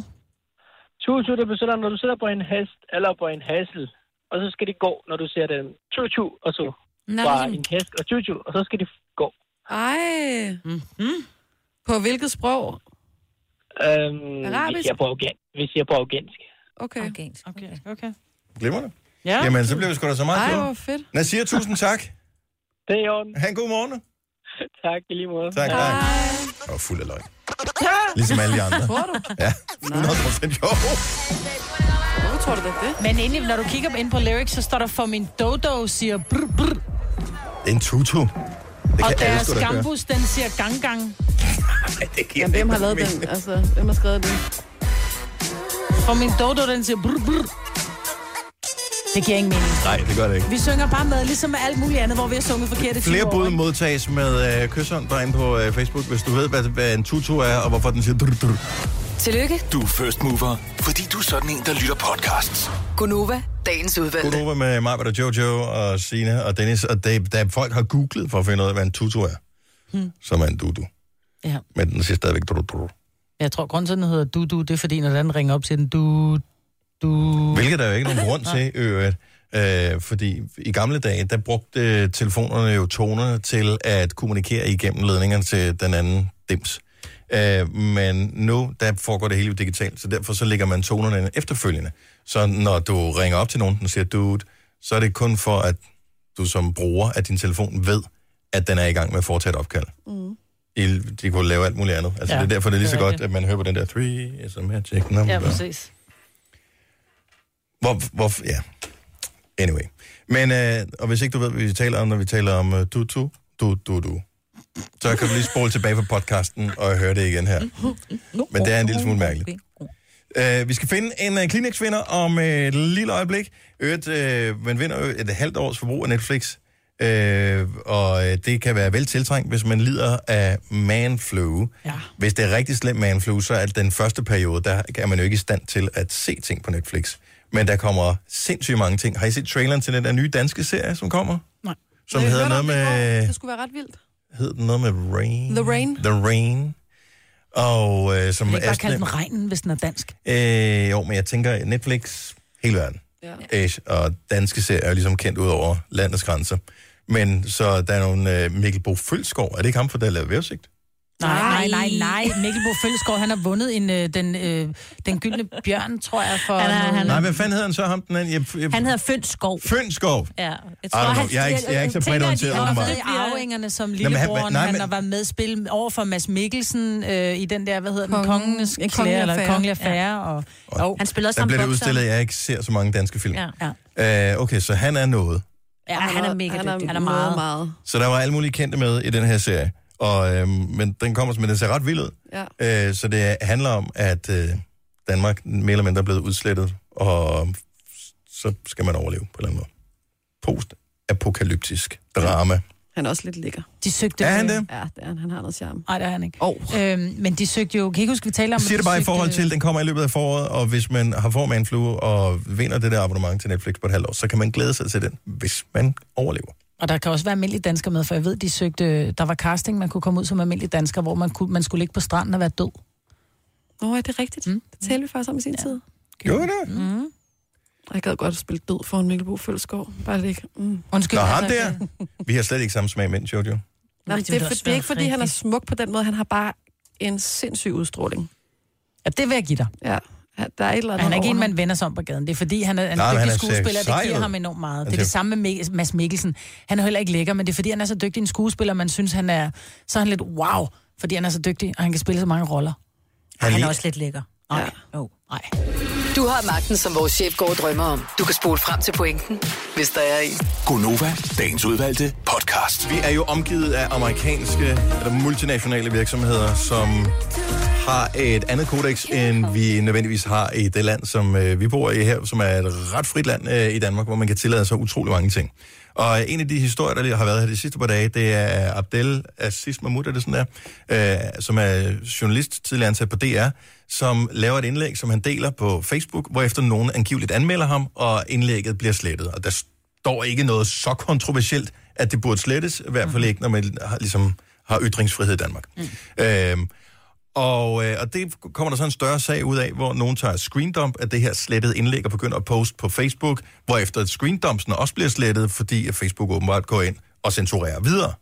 Speaker 9: Tutu, det betyder, når du sidder på en hest eller på en hassel, og så skal de gå, når du ser dem. Tutu, og så bare en hest og tutu, og så skal de gå.
Speaker 2: Ej. På hvilket sprog?
Speaker 9: Øhm, vi
Speaker 2: Arabisk?
Speaker 9: siger på, afghan, vi siger på afghansk.
Speaker 2: Okay.
Speaker 3: Okay. okay.
Speaker 4: Okay, okay.
Speaker 1: Glemmer det.
Speaker 4: Ja.
Speaker 1: Jamen, så bliver vi sgu da så meget
Speaker 2: Ej, hvor
Speaker 1: klogere.
Speaker 2: fedt.
Speaker 1: Nasir, tusind tak.
Speaker 9: Det er i orden.
Speaker 1: Ha' en god morgen.
Speaker 9: Tak i lige måde.
Speaker 1: Tak, tak. Jeg var fuld af løgn. Ligesom alle de andre.
Speaker 2: Tror du?
Speaker 1: Ja, 100 procent jo.
Speaker 2: Hvorfor tror du det er det?
Speaker 4: Men egentlig, når du kigger ind på lyrics, så står der for min dodo siger brr, brr,
Speaker 1: En tutu. Det
Speaker 4: og
Speaker 1: kan alle
Speaker 4: deres
Speaker 1: sgu da gøre.
Speaker 4: gambus, den siger gang gang.
Speaker 1: Ej, det giver
Speaker 2: Jamen, hvem har
Speaker 1: ikke
Speaker 2: lavet
Speaker 1: mening.
Speaker 2: den? Altså, hvem har skrevet det?
Speaker 4: For min dodo, den siger brr, brr. Det giver ingen mening.
Speaker 1: Nej, det gør det ikke.
Speaker 4: Vi synger bare med, ligesom med alt muligt andet, hvor vi har sunget forkert i 20
Speaker 1: Flere
Speaker 4: år,
Speaker 1: bud
Speaker 4: ikke?
Speaker 1: modtages med øh, kysshånd derinde på øh, Facebook, hvis du ved, hvad, hvad en tutu er, og hvorfor den siger... Drr, drr.
Speaker 6: Tillykke,
Speaker 5: Du er first mover, fordi du er sådan en, der lytter podcasts.
Speaker 6: Gunova, dagens udvalgte.
Speaker 1: Godnova med Marbert og Jojo og Sine og Dennis, og det, der folk har googlet for at finde ud af, hvad en tutu er, hmm. som er en dudu.
Speaker 4: Ja.
Speaker 1: Men den siger stadigvæk... Drr, drr.
Speaker 4: Jeg tror, grunden til, at den hedder du-du, det er fordi, når den ringer op til den, du du
Speaker 1: Hvilket der jo ikke er nogen grund til, i øvrigt. Øh, fordi i gamle dage, der brugte øh, telefonerne jo tonerne til at kommunikere igennem ledningerne til den anden dims. Øh, men nu, der foregår det hele jo digitalt, så derfor så lægger man tonerne ind efterfølgende. Så når du ringer op til nogen, den siger dude, så er det kun for, at du som bruger af din telefon ved, at den er i gang med at foretage et opkald. Mm. De kunne lave alt muligt andet. Altså, ja,
Speaker 4: Ja,
Speaker 1: det er derfor, det er
Speaker 4: det
Speaker 1: lige så
Speaker 4: er
Speaker 1: godt,
Speaker 4: rigtigt.
Speaker 1: at man hører på den der three is a magic number.
Speaker 4: Ja, præcis.
Speaker 1: Hvor, hvor, ja. Anyway. Men, øh, og hvis ikke du ved, hvad vi taler om, når vi taler om øh, du-tu, du-du-du, så kan du lige spole tilbage på podcasten og høre det igen her. Men det er en lille smule mærkeligt. Øh, vi skal finde en øh, Kleenex-vinder om øh, et lille øjeblik. Øvrigt, øh, man vinder jo et halvt års forbrug af Netflix, øh, og øh, det kan være vel tiltrængt, hvis man lider af manflu. Ja. Hvis det er rigtig slem manflu, så er det den første periode, der er man jo ikke i stand til at se ting på Netflix. Men der kommer sindssygt mange ting. Har I set traileren til den der nye danske serie, som kommer?
Speaker 4: Nej.
Speaker 1: Som
Speaker 2: Jeg
Speaker 1: hedder
Speaker 2: hørte om
Speaker 1: noget
Speaker 2: Øh, det i går.
Speaker 1: med...
Speaker 2: Det skulle være ret vildt.
Speaker 1: Hed den noget med Rain?
Speaker 2: The Rain.
Speaker 1: The Rain. Og øh, som
Speaker 4: Man kan ikke bare kalde
Speaker 1: er sådan
Speaker 4: den regnen, hvis den er dansk.
Speaker 1: Øh, jo, men jeg tænker Netflix, hele verden. Ja. Og danske serier er jo ligesom kendt ud over landets grænser. Men så der er nogle øh, Mikkel Bo Følskov. Er det ikke ham, for der lavede vævesigt?
Speaker 4: Mm. Nej, nej, nej, nej. Mikkel Bo Følleskov, han har vundet en, øh, den, øh, den gyldne bjørn, tror jeg, for... Han er,
Speaker 1: Nej, hvad fanden hedder han så ham? Den anden? Jeg, jeg,
Speaker 4: hedder Fønskov.
Speaker 1: Fønskov.
Speaker 4: Ja,
Speaker 1: jeg tror, I don't know. han- Jeg er ikke- jeg er ikke så bredt orienteret,
Speaker 4: Jeg tænker, at de
Speaker 1: åbenbart.
Speaker 4: er oplevet i arvingerne som
Speaker 1: Nå, men han-
Speaker 4: lillebroren.
Speaker 1: nej,
Speaker 4: Nej, men...
Speaker 1: men-
Speaker 4: Han var med i spil over for Mads Mikkelsen øh, i den der, hvad hedder den,
Speaker 3: Kongen-
Speaker 4: Kongenes
Speaker 3: Kongelig
Speaker 4: Klæder, eller
Speaker 3: Affære.
Speaker 4: Kongelig Affære. Ja. Og, og, han spiller
Speaker 1: Der bliver det udstillet, at jeg ikke ser så mange danske film.
Speaker 4: Ja. ja.
Speaker 1: Øh, okay, så han er noget.
Speaker 4: Ja, han er mega
Speaker 2: han er,
Speaker 4: dygtig.
Speaker 2: han er meget, meget.
Speaker 1: Så der var alle mulige kendte med i den her serie. Og, øh, men den kommer, men den ser ret vild ud.
Speaker 2: Ja.
Speaker 1: Øh, så det handler om, at øh, Danmark mere eller mindre er blevet udslettet, og så skal man overleve på en eller anden måde. Post-apokalyptisk drama.
Speaker 2: Han er også lidt lækker.
Speaker 4: De søgte...
Speaker 1: Er han det?
Speaker 2: Ja, det er han. Han har noget charme.
Speaker 4: Nej, det er han ikke.
Speaker 2: Oh.
Speaker 4: Øhm, men de søgte jo... Kan I ikke huske, vi taler om...
Speaker 1: Jeg siger
Speaker 4: at
Speaker 1: det
Speaker 4: de
Speaker 1: bare i
Speaker 4: søgte-
Speaker 1: forhold til, at den kommer i løbet af foråret, og hvis man har form af en flue og vinder det der abonnement til Netflix på et halvt år, så kan man glæde sig til den, hvis man overlever.
Speaker 4: Og der kan også være almindelige danskere med, for jeg ved, de søgte... Der var casting, man kunne komme ud som almindelig dansker, hvor man, kunne, man skulle ligge på stranden og være død.
Speaker 2: Nå, er det rigtigt? Mm. Det talte vi faktisk om i sin ja. tid.
Speaker 1: Gjorde vi det?
Speaker 2: Mm. Jeg gad godt at spille død for en Mikkel Bo Følskov. Bare det ikke. Mm.
Speaker 1: Nå,
Speaker 4: Undskyld. altså,
Speaker 1: ham der. Vi har slet ikke samme smag med Jojo.
Speaker 2: Nej,
Speaker 4: Det
Speaker 2: det,
Speaker 4: ville
Speaker 2: er, for,
Speaker 4: også
Speaker 2: det er
Speaker 4: være
Speaker 2: ikke, fordi han er
Speaker 4: rigtigt.
Speaker 2: smuk på den måde. Han har bare en sindssyg udstråling.
Speaker 4: Ja, det vil jeg give dig.
Speaker 2: Ja, der er et eller andet
Speaker 4: Han er ikke
Speaker 2: over
Speaker 4: en,
Speaker 2: ham.
Speaker 4: man vender sig om på gaden. Det er fordi, han er en
Speaker 1: Nej, men
Speaker 4: Nej,
Speaker 1: han
Speaker 4: dygtig
Speaker 1: er Altså,
Speaker 4: skuespiller.
Speaker 1: sej
Speaker 4: Det giver
Speaker 1: ud.
Speaker 4: ham enormt meget.
Speaker 1: Han
Speaker 4: Det er
Speaker 1: ser-
Speaker 4: det samme med Mik- Mads Mikkelsen. Han er jo heller ikke lækker, men det er fordi, han er så dygtig en skuespiller, man synes, han er... Så er han lidt wow, fordi han er så dygtig, og han kan spille så mange roller. Han
Speaker 1: Han,
Speaker 4: er
Speaker 1: lig-
Speaker 4: også lidt lækker. Nej, jo, nej.
Speaker 6: Du har magten, som vores chef går og drømmer om. Du kan spole frem til pointen, hvis der er en.
Speaker 5: Gonova, dagens udvalgte podcast.
Speaker 1: Vi er jo omgivet af amerikanske eller multinationale virksomheder, som har et andet kodex, end vi nødvendigvis har i det land, som øh, vi bor i her, som er et ret frit land øh, i Danmark, hvor man kan tillade sig utrolig mange ting. Og en af de historier, der lige har været her de sidste par dage, det er Abdel Aziz Mahmoud, er det sådan der, øh, som er journalist, tidligere ansat på DR, som laver et indlæg, som han deler på Facebook, hvorefter nogen angiveligt anmelder ham, og indlægget bliver slettet. Og der står ikke noget så kontroversielt, at det burde slettes, i hvert fald ikke, når man har, ligesom har ytringsfrihed i Danmark. Mm. Øhm, og, øh, og det kommer der så en større sag ud af, hvor nogen tager screendump af det her slettede indlæg og begynder at poste på Facebook, hvorefter screendumpsen også bliver slettet, fordi at Facebook åbenbart går ind og censurerer videre.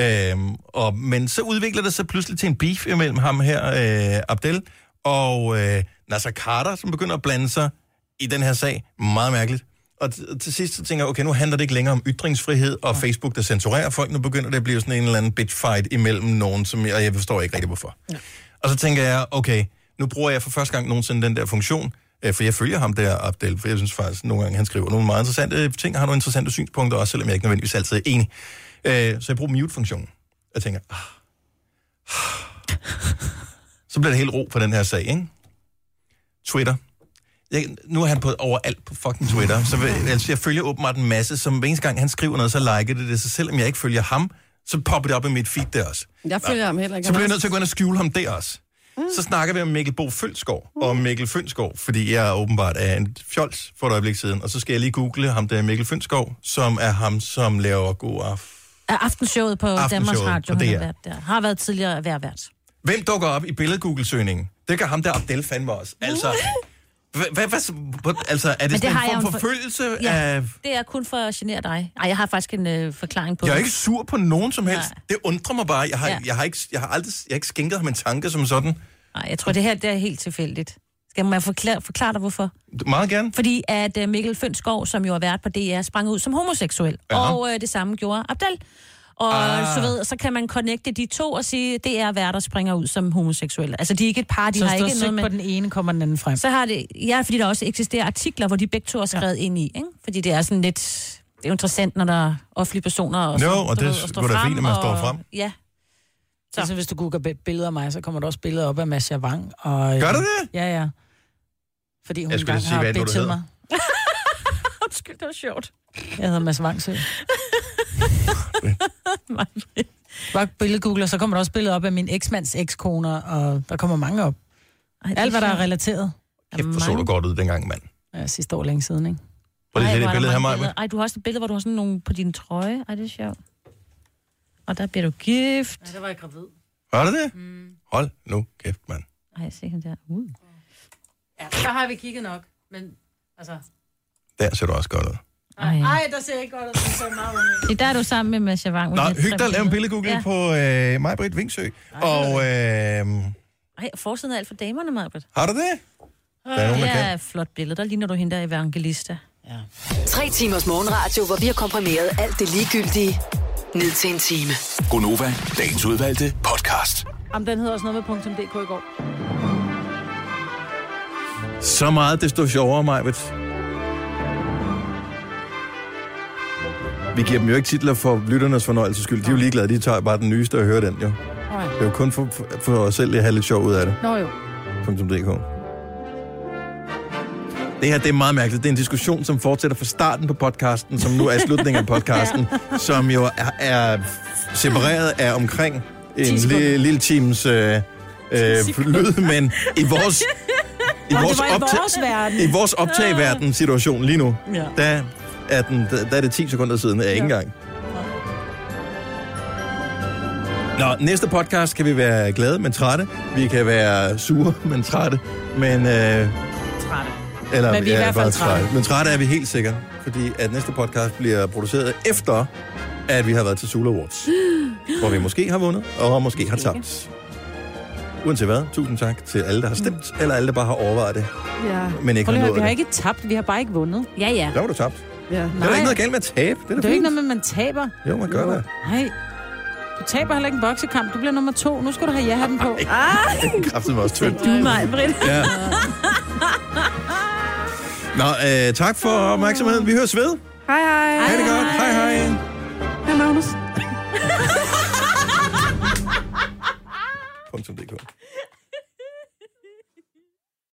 Speaker 1: Øhm, og, men så udvikler det sig pludselig til en beef imellem ham her, øh, Abdel, og øh, Nasser Carter, som begynder at blande sig i den her sag. Meget mærkeligt. Og t- til sidst så tænker jeg, okay, nu handler det ikke længere om ytringsfrihed og Facebook, der censurerer folk. Nu begynder det at blive sådan en eller anden bitchfight imellem nogen, som jeg, og jeg forstår ikke rigtig hvorfor. Og så tænker jeg, okay, nu bruger jeg for første gang nogensinde den der funktion, øh, for jeg følger ham der, Abdel, for jeg synes faktisk nogle gange, han skriver nogle meget interessante ting, og har nogle interessante synspunkter også, selvom jeg ikke nødvendigvis altid er enig. Øh, Så jeg bruger mute-funktionen. Jeg tænker, ah, ah. så bliver det helt ro på den her sag, ikke? Twitter. Jeg, nu er han på overalt på fucking Twitter. Så vil, altså, jeg følger åbenbart en masse, som hver eneste gang, han skriver noget, så liker det det. Så selvom jeg ikke følger ham, så popper det op i mit feed der også.
Speaker 2: Jeg følger ham heller ikke.
Speaker 1: Så bliver jeg nødt til at gå ind og skjule ham der også. Mm. Så snakker vi om Mikkel Bo Følskov mm. og Mikkel Fønskov, fordi jeg åbenbart er en fjols for et øjeblik siden. Og så skal jeg lige google ham der Mikkel Fønskov, som er ham, som laver god af.
Speaker 3: Er Aftenshowet på
Speaker 1: Aftenshowet
Speaker 3: Danmarks Radio,
Speaker 1: på
Speaker 3: han har
Speaker 1: DR.
Speaker 3: været der. Har været tidligere værvært.
Speaker 1: Hvem dukker op i billedgoogle-søgningen? Det gør ham der Abdel fandme også. Altså, hva- hva- hva- hva- altså er det,
Speaker 3: det
Speaker 1: sådan
Speaker 3: har jeg
Speaker 1: en
Speaker 3: jo
Speaker 1: form
Speaker 3: en for-
Speaker 1: for forfølgelse
Speaker 3: Ja,
Speaker 1: af...
Speaker 3: det er kun for at genere dig. Ej, jeg har faktisk en øh, forklaring på
Speaker 1: Jeg er
Speaker 3: det.
Speaker 1: ikke sur på nogen som helst. Nej. Det undrer mig bare. Jeg har,
Speaker 3: Ja.
Speaker 1: jeg har, ikke, jeg har aldrig jeg har ikke skænket ham en tanke som sådan.
Speaker 3: Nej, jeg tror, det her det er helt tilfældigt. Skal man forklare, forklare dig, hvorfor?
Speaker 1: Meget gerne.
Speaker 3: Fordi at øh, Mikkel Fønskov, som jo er vært på DR, sprang ud som homoseksuel.
Speaker 1: Ja.
Speaker 3: Og øh, det samme gjorde Abdel. Og
Speaker 1: Ah.
Speaker 3: ah. så, ved, så kan man connecte de to og sige, det er værter, der springer ud som homoseksuelle. Altså, de er ikke et par, de
Speaker 4: så
Speaker 3: har
Speaker 4: hvis du har
Speaker 3: ikke noget
Speaker 4: søgt
Speaker 3: med...
Speaker 4: på den ene, kommer den anden frem.
Speaker 3: Så har det... Ja, fordi der også eksisterer artikler, hvor de begge to er skrevet ja. ind i, ikke? Fordi det er sådan lidt... Det er jo interessant, når der er offentlige personer... Og
Speaker 1: Jo,
Speaker 3: så,
Speaker 1: og
Speaker 3: du
Speaker 1: det
Speaker 3: ved, at stå
Speaker 1: skulle da
Speaker 3: frem,
Speaker 1: fint, at man står
Speaker 3: og-
Speaker 1: frem.
Speaker 3: Ja.
Speaker 4: Så. Altså, hvis du googler bi- billeder af mig, så kommer der også billeder op af Masha Wang. Og,
Speaker 1: Gør der det?
Speaker 4: Ja, ja. Fordi hun
Speaker 1: Jeg skulle
Speaker 4: engang
Speaker 1: lige sige,
Speaker 4: har
Speaker 1: hvad er det nu, du
Speaker 4: bitchet
Speaker 1: hedder?
Speaker 4: mig.
Speaker 3: Undskyld, det var sjovt.
Speaker 4: Jeg hedder Mads Vangsø. Bare billedgoogler, så kommer der også billeder op af min eksmands ekskoner, og der kommer mange op.
Speaker 3: Ej, det
Speaker 4: Alt, hvad der er
Speaker 3: sjovt.
Speaker 4: relateret.
Speaker 1: Kæft, hvor så du godt ud dengang, mand.
Speaker 4: Ja, sidste år længe siden, ikke?
Speaker 1: Prøv lige
Speaker 3: Ej,
Speaker 1: at se
Speaker 3: hvor
Speaker 1: det
Speaker 3: er der
Speaker 1: billede her,
Speaker 3: mange
Speaker 1: Maja.
Speaker 3: billeder. Ej, du har også et billede, hvor du har sådan nogle på din trøje. Ej, det er sjovt. Og der bliver du gift.
Speaker 4: Ja, der var jeg gravid.
Speaker 1: Var det det? Mm. Hold nu kæft, mand.
Speaker 3: Nej, se han der. Uh.
Speaker 4: Ja, så har vi kigget nok. Men, altså...
Speaker 1: Der ser du også godt ud.
Speaker 4: Nej, Ej, der ser jeg ikke godt ud. Det er så meget underligt.
Speaker 3: Se, der er du sammen med Masha Wang.
Speaker 1: Nå, hyg dig at lave en billedgoogling ja. på øh, Majbrit Vingsø. Og øh,
Speaker 3: Ej, forsiden er alt for damerne, Marbet.
Speaker 1: har du det? Der er nogen,
Speaker 3: det
Speaker 1: der
Speaker 3: er
Speaker 1: kan.
Speaker 3: et flot billede. Der ligner du hende der evangelista.
Speaker 6: Tre timers morgenradio, hvor vi har komprimeret alt det ligegyldige ned til en time.
Speaker 5: Gonova, dagens udvalgte podcast.
Speaker 4: Jamen, den hedder også noget med .dk i går.
Speaker 1: Så meget, desto sjovere, Majbrit. Vi giver dem jo ikke titler for lytternes fornøjelses skyld. De er jo ligeglade, de tager bare den nyeste og hører den, jo. Det er jo kun for, for os selv at have lidt sjov ud af det.
Speaker 4: Nå jo.
Speaker 1: .dk. Det her, det er meget mærkeligt. Det er en diskussion, som fortsætter fra starten på podcasten, som nu er slutningen af podcasten, som jo er, er separeret af omkring en lille, lille times øh, øh, lyd, men i vores, i
Speaker 4: Nå,
Speaker 1: vores,
Speaker 4: det var i
Speaker 1: optag,
Speaker 4: vores verden.
Speaker 1: i vores optagverden situation lige nu,
Speaker 4: Ja.
Speaker 1: der er, den, der, der er det 10 sekunder siden, jeg ikke engang. Nå, næste podcast kan vi være glade, men trætte. Vi kan være sure, men trætte. Men, øh,
Speaker 4: Trætte.
Speaker 1: eller,
Speaker 4: Men vi er i hvert fald
Speaker 1: bare
Speaker 4: trætte.
Speaker 1: Men trætte er vi helt sikkert, fordi at næste podcast bliver produceret efter, at vi har været til Sula Awards. hvor vi måske har vundet, og måske har tabt. Uanset hvad, tusind tak til alle, der har stemt, eller alle, der bare har overvejet det.
Speaker 4: Ja.
Speaker 1: Men ikke
Speaker 4: Prøv lige,
Speaker 1: har
Speaker 4: at høre,
Speaker 1: nået
Speaker 4: vi har
Speaker 1: det.
Speaker 4: ikke tabt, vi har bare ikke vundet.
Speaker 3: Ja, ja.
Speaker 1: Der var du tabt.
Speaker 4: ja.
Speaker 1: Der er da
Speaker 4: Nej,
Speaker 1: ikke noget galt med at tabe. Det er
Speaker 4: det
Speaker 1: da
Speaker 4: er jo
Speaker 1: fint.
Speaker 4: ikke noget med, at man taber.
Speaker 1: Jo, man gør det.
Speaker 4: Nej. Du taber heller ikke en boksekamp. Du bliver nummer to. Nu skal du have ja-hatten på.
Speaker 1: Kraftet mig også tyndt.
Speaker 3: Du, mig, Britt.
Speaker 1: Ja. Nå, øh, tak for opmærksomheden. Vi høres ved.
Speaker 2: Hej, hej.
Speaker 1: Ha' det godt. Hej, hej.
Speaker 2: Hej, Magnus.
Speaker 1: Punktum DK.